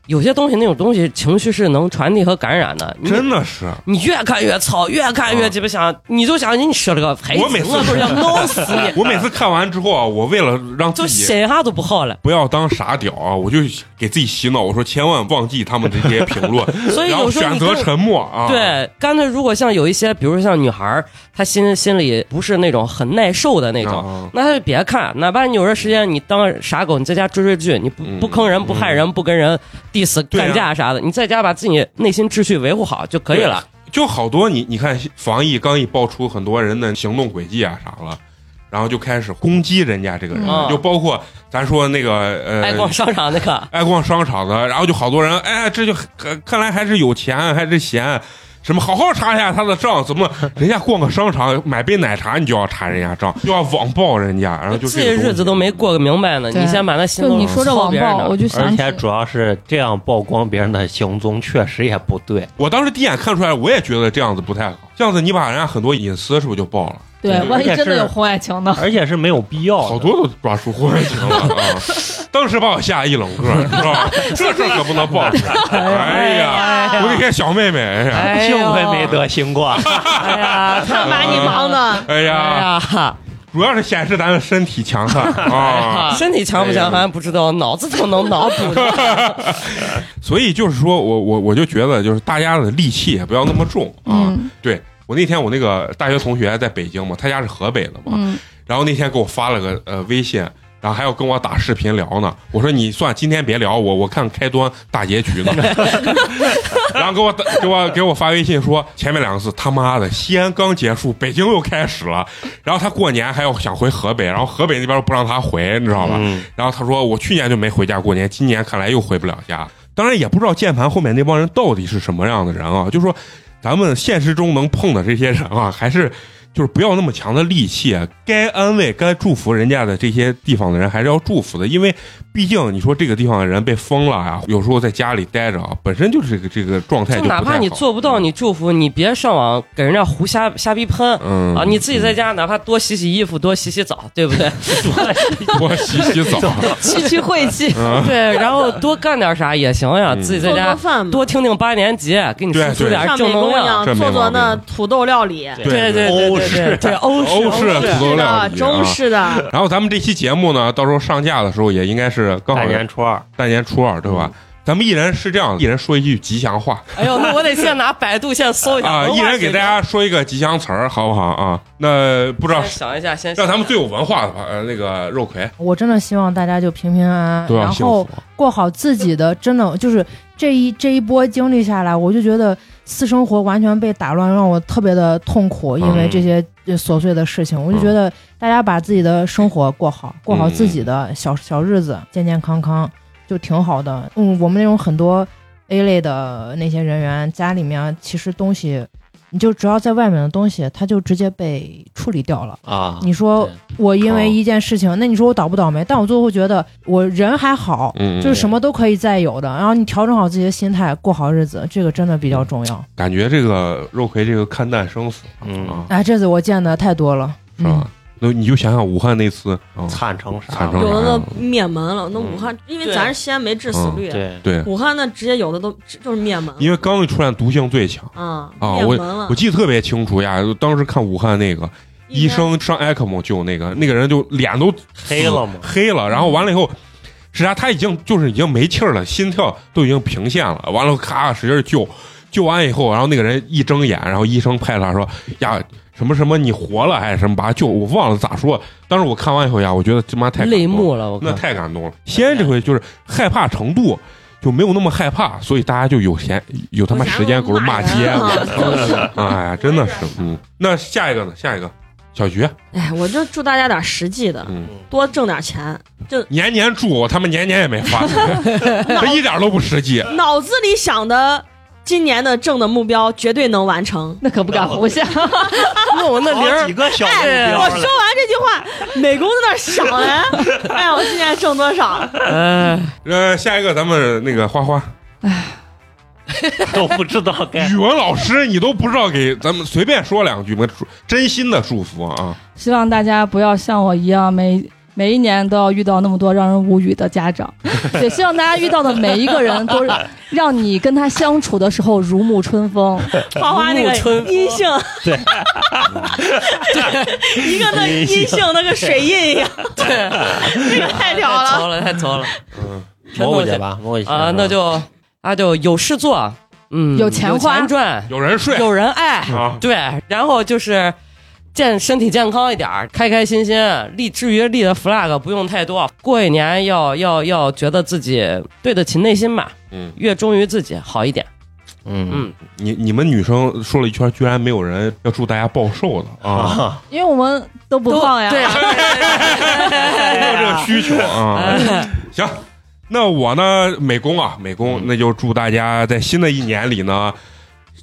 S2: 有些东西那种东西情绪是能传递和感染的。你
S1: 真的是，啊
S2: 你越看越操，越看越鸡巴想，你就想你吃了个啊赔
S1: 我每次
S2: 我 都想弄死你，
S1: 我每次看完之后啊，我为了让
S2: 就
S1: 自己
S2: 心哈都不好了。
S1: 不要当傻屌啊，我就给自己洗脑，我说千万忘记他们这些评论，
S2: 所以
S1: 然后
S2: 有时候
S1: 选
S2: 你
S1: 择
S2: 更
S1: 沉默啊。，
S2: 对，干脆如果像有一些，比如像女孩儿，她心心里不是那种很耐受的那种，
S1: 啊、
S2: 那她就别看，哪怕你有这时间，你当傻狗，你在家追追剧，你不
S1: 嗯
S2: 不坑人、不害人、不跟人 diss
S1: 对啊
S2: 干架啥的，你在家把自己内心秩序维护好就可以了。
S1: 就好多你你看防疫刚一爆出很多人的行动轨迹啊啥了。然后就开始攻击人家这个人，
S2: 嗯
S1: 就包括咱说那个呃，
S2: 爱逛商场那个，
S1: 爱逛商场的，然后就好多人，哎，这就看看来还是有钱，还是闲，什么好好查一下他的账，怎么人家逛个商场买杯奶茶你就要查人家账， 就要网暴人家，然后 就
S2: 自
S1: 这
S2: 己
S1: 个东西
S2: 日子都没过个明白呢，
S5: 对
S2: 你先把那心
S5: 就
S2: 都
S5: 你说这
S2: 操
S5: 网
S2: 别人
S5: 暴，
S2: 呢
S5: 我就
S6: 而
S5: 想起
S6: 且主要是这样曝光别人的行踪，确实也不对。
S1: 我当时第一眼看出来，我也觉得这样子不太好，这样子你把人家很多隐私是不是就爆了？
S5: 对，
S6: 对
S5: 万一
S6: 而且
S5: 真的
S6: 是
S5: 有婚外情呢？
S6: 而且是没有必要的。
S1: 好多都抓出婚外情了 啊！当时把我吓一冷个，你知道吧？这事儿可不能爆出来。 哎呀，我的天，小妹妹，哎呀，
S2: 哎呦
S6: 幸亏没，得新冠，
S2: 哎呀，太
S4: 把你 忙的，
S1: 哎
S2: 哎
S1: 呀，
S2: 呀，
S1: 主要是显示咱的身体强悍啊！
S2: 身体强不强还不知道，脑子都能脑 补的。
S1: 所以就是说我我我就觉得就是大家的戾气也不要那么重啊。
S5: 嗯
S1: 对我那天我那个大学同学在北京嘛，他家是河北的嘛，
S5: 嗯，
S1: 然后那天给我发了个呃微信，然后还要跟我打视频聊呢。我说你算今天别聊我，我看开端大结局呢。 然后给我打给我给我发微信说前面两个字他妈的，西安刚结束，北京又开始了。然后他过年还要想回河北，然后河北那边不让他回，你知 道吧？
S6: 嗯
S1: 然后他说我去年就没回家过年，今年看来又回不了家。当然也不知道键盘后面那帮人到底是什么样的人啊，就是说咱们现实中能碰的这些人啊， 还是就是不要那么强的戾气，啊该安慰、该祝福人家的这些地方的人还是要祝福的，因为毕竟你说这个地方的人被封了啊，有时候在家里待着啊，本身就是这个这个状态
S2: 就
S1: 不太
S2: 哪
S1: 好
S2: 怕你做不到，你祝福你别上网给人家胡瞎瞎逼喷。
S1: 嗯
S2: 啊，你自己在家，哪怕多洗洗衣服，多洗洗澡，对不对？
S1: 多洗洗 澡，
S5: 吸取晦气。
S1: 嗯
S2: 对，然后多干点啥也行呀，自己在
S4: 做做
S2: 家
S4: 饭嘛，
S2: 多听听八年级，给你输
S1: 对
S2: 出
S1: 对
S2: 点
S4: 像
S2: 正
S4: 美
S2: 能
S4: 工一
S2: 量。
S4: 样
S1: 这没
S4: 做做
S1: 毛病
S4: 那土豆料理，
S2: 对对对
S6: 欧
S2: 对对
S6: 式
S2: 对，欧式
S1: 欧式土
S2: 欧
S1: 豆
S4: 是
S1: 料
S4: 的，
S1: 理啊
S4: 中。式的，
S1: 然后咱们这期节目呢，到时候上架的时候也应该是刚好
S6: 大年初二，
S1: 大年初二，对吧？咱们一人是这样的，一人说一句吉祥话
S2: 哎呦，那我得先拿百度先搜一下
S1: 啊，
S2: 文
S1: 一
S2: 化
S1: 人给
S2: 水
S1: 大家说一个吉祥词儿，好不好啊？那不知道
S2: 平先想一下，先
S1: 让咱们最有文化的吧，呃，那个肉葵
S3: 我真的希望大家就平平安安，
S1: 都要
S3: 嗯然
S1: 啊幸
S3: 后
S1: 福。
S3: 过好自己的，真的就是这一这一波经历下来，我就觉得私生活完全被打乱，让我特别的痛苦，因为这些呃琐碎的事情，我就觉得大家把自己的生活过好，过好自己的小小日子，健健康康就挺好的。嗯，我们那种很多 A 类的那些人员，家里面其实东西。你就只要在外面的东西，它就直接被处理掉了。
S6: 啊，
S3: 你说我因为一件事情，那你说我倒不倒霉？但我最后会觉得我人还好，
S1: 嗯，
S3: 就是什么都可以再有的。然后你调整好自己的心态，过好日子，这个真的比
S1: 嗯
S3: 较重要。
S1: 感觉这个肉葵这个看淡生死
S6: 嗯，
S1: 啊，
S3: 哎，这次我见的太多了，
S1: 是
S3: 嗯
S1: 吧？那你就想想武汉那次啊，
S6: 惨成啥？
S1: 惨成
S4: 有的都灭门了。那武汉，因为
S2: 嗯对嗯
S4: 咱是西安没致死率，
S6: 对，
S1: 对，
S4: 武汉那直接有的都就是灭门，
S1: 因为刚一出来毒性最强，
S4: 啊
S1: 啊
S4: 灭门了
S1: 我，记得特别清楚呀，当时看武汉那个，医生上 ECMO 救那个那个人就脸都
S6: 黑了嘛，
S1: 黑了，然后完了以后是啥？他已经就是已经没气儿了，心跳都已经平线了。完了，咔使劲救，救完以后，然后那个人一睁眼，然后医生拍他说：“呀，什么什么，你活了还是什么？把他救，我忘了咋说。”当时我看完以后呀，我觉得这妈太感动
S2: 泪
S1: 了
S2: 目了，我
S1: 那
S2: 看。
S1: 太感动了。西安这回就是害怕程度就没有那么害怕，所以大家就有闲有他妈时间狗骂街了。
S4: 啊
S1: 哎呀，真的是，嗯。那下一个呢？下一个小菊，
S4: 哎，我就祝大家点实际的，
S1: 嗯，
S4: 多挣点钱，
S1: 年年住，我他妈年年也没发，这一点都不实际。
S4: 脑子里想的今年的挣的目标绝对能完成。
S5: 那可不敢 胡想。
S2: 那我那零
S6: 好几
S2: 儿
S6: 个小目
S4: 哎，
S6: 标
S4: 我
S6: 了
S4: 说完这句话，美工在那儿想哎，哎，我今年挣多少？
S2: 哎，
S1: 呃，下一个咱们那个花花，
S6: 都不知道该
S1: 语文老师你都不知道给咱们随便说两句吗？祝真心的祝福啊！
S5: 希望大家不要像我一样，每每一年都要遇到那么多让人无语的 家长。也希望大家遇到的每一个人都是让你跟他相处的时候如沐春风。
S4: 花花那个
S2: 如沐春风
S4: 阴性，
S6: 对，
S4: 一个那阴性那个水印一样，
S2: 对，
S4: 这个太屌
S2: 太
S4: 了。
S2: 糙了，太糙了
S1: 嗯
S6: 蘑菇姐吧，蘑菇姐
S2: 啊！那就那就有事做，嗯，
S5: 有钱花
S2: 有赚，
S1: 有人睡
S2: 有人爱，
S1: 啊，
S2: 对，然后就是健身体健康一点儿，开开心心立。至于立的 flag 不用太多，过一年要要要觉得自己对得起内心吧，
S1: 嗯
S2: 越忠于自己好一点。
S6: 嗯
S2: 嗯，
S1: 你你们女生说了一圈，居然没有人要祝大家暴瘦的啊！
S6: 啊，
S5: 因为我们都不
S2: 都
S5: 放呀，
S2: 对呀、
S1: 没有这个需求啊。行，那我呢，美工啊，美工，那就祝大家在新的一年里呢。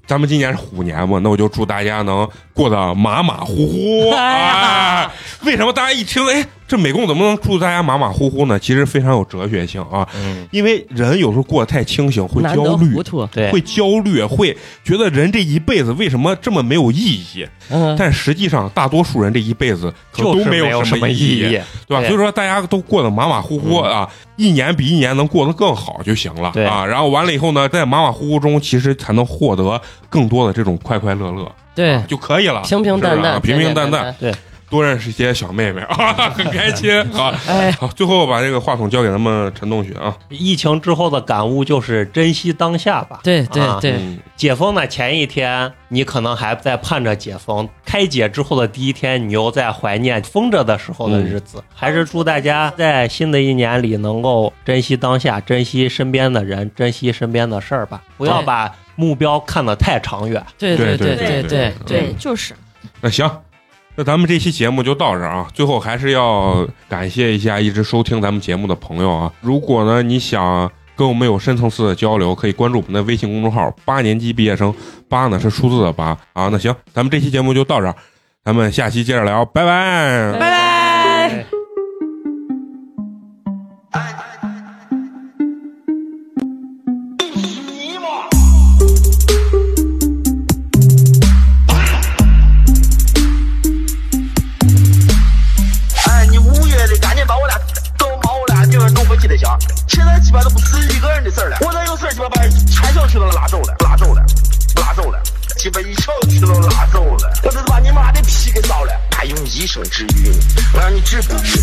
S1: 咱们今年是虎年嘛，那我就祝大家能过得马马虎虎。
S2: 哎呀
S1: 哎，为什么大家一听，哎，这美工怎么能祝大家马马虎虎呢？其实非常有哲学性啊，
S6: 嗯，
S1: 因为人有时候过得太清醒会
S2: 难
S1: 焦
S2: 得
S1: 虑
S2: 糊，涂，
S6: 对，
S1: 会焦虑，会觉得人这一辈子为什么这么没有意义？
S2: 嗯，
S1: 但实际上，大多数人这一辈子可
S6: 就
S1: 都
S6: 是没
S1: 有
S6: 什
S1: 么
S6: 么
S1: 义。
S6: 义，
S1: 对吧？
S6: 对
S1: 所以说大家都过得马马虎虎
S2: 嗯
S1: 啊，一年比一年能过得更好就行了
S6: 对
S1: 啊。然后完了以后呢，在马马虎虎中，其实才能获得更多的这种快快乐乐
S2: 对，
S1: 就可以了，
S2: 平平淡
S1: 啊是吧
S2: 淡，
S1: 平平
S2: 简
S1: 淡
S2: 简
S1: 淡，。多认识一些小妹妹啊，很开心 啊。
S2: 哎，
S1: 好，最后把这个话筒交给咱们陈同学啊。
S6: 疫情之后的感悟就是珍惜当下吧。
S2: 对对
S6: 啊
S2: 对，
S1: 嗯
S6: 解封的前一天，你可能还在盼着解封；开解之后的第一天，你又在怀念封着的时候的日子。还是祝大家在新的一年里能够珍惜当下，珍惜身边的人，珍惜身边的事儿吧，不要
S2: 对
S6: 把目标看得太长远。
S2: 对
S1: 对
S2: 对
S1: 对
S2: 对
S4: 对，就是
S1: 那行，那咱们这期节目就到这儿啊。最后还是要感谢一下一直收听咱们节目的朋友啊。如果呢你想跟我们有深层次的交流，可以关注我们的微信公众号“八年级毕业生”，八呢是数字的八啊。那行，咱们这期节目就到这儿，咱们下期接着聊，拜拜。
S2: 拜拜。
S7: 哎，你五月的赶紧把我俩都把我俩这个弄回去得行？现在鸡巴都不是一个人的事儿了，我咋有事儿鸡巴把全校区都拉走了，拉走了，拉走了，鸡巴一小区都拉走了，我这是把你妈的皮给烧了，还用医生治愈你？我让你治不治？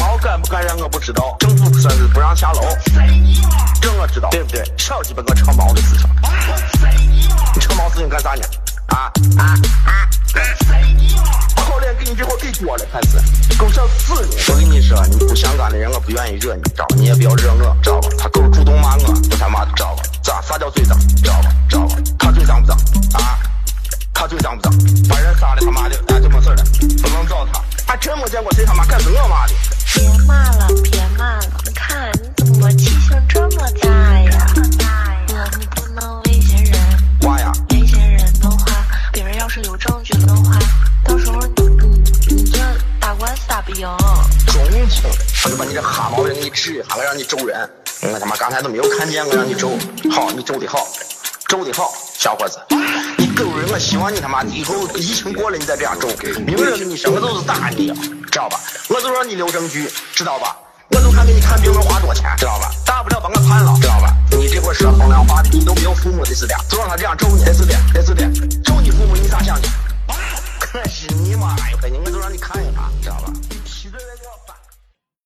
S7: 毛敢不敢让我不知道，政府算是不让下楼，这我知道，对不对？少鸡巴给我扯毛的事情，你扯毛事情干啥呢？啊啊啊！好脸给你这货给多了，开始，狗想死你！我跟你说，你不相干的人，我不愿意惹你，知道吧？你也不要惹我，知道吧？他狗主动骂我，我他妈的，知道吧？咋啥叫嘴脏？知道吧？知道吧？他嘴脏不脏？啊？他嘴脏不脏？把人杀了他妈的，哎，就没事了，不能找他。还真没见过谁他妈敢是我妈的。
S8: 别骂了，别骂了！你看你怎么气性这么大呀？我们不能威胁人，
S7: 瓜呀，
S8: 威胁人的话，别人要是有证据的话，到时候你你你这打官司打不赢。
S7: 中情了，我就把你这哈毛病给你治一下，我让你揍人。我他妈刚才都没有看见我让你揍，好，你揍的好，揍的好，小伙子，你狗人，我希望你他妈以后疫情过了你再这样揍，明着跟你说，我就是打你，知道吧？我就让你留证据，知道吧？我就看给你看病能花多少钱，知道吧？大不了把我判了，知道吧？你这会儿说风凉话的，你都没有父母的是的，就让他这样揍你，是的，是的，揍你父母你咋想的？可是你妈呀！北京人都让你看一看，知道吧？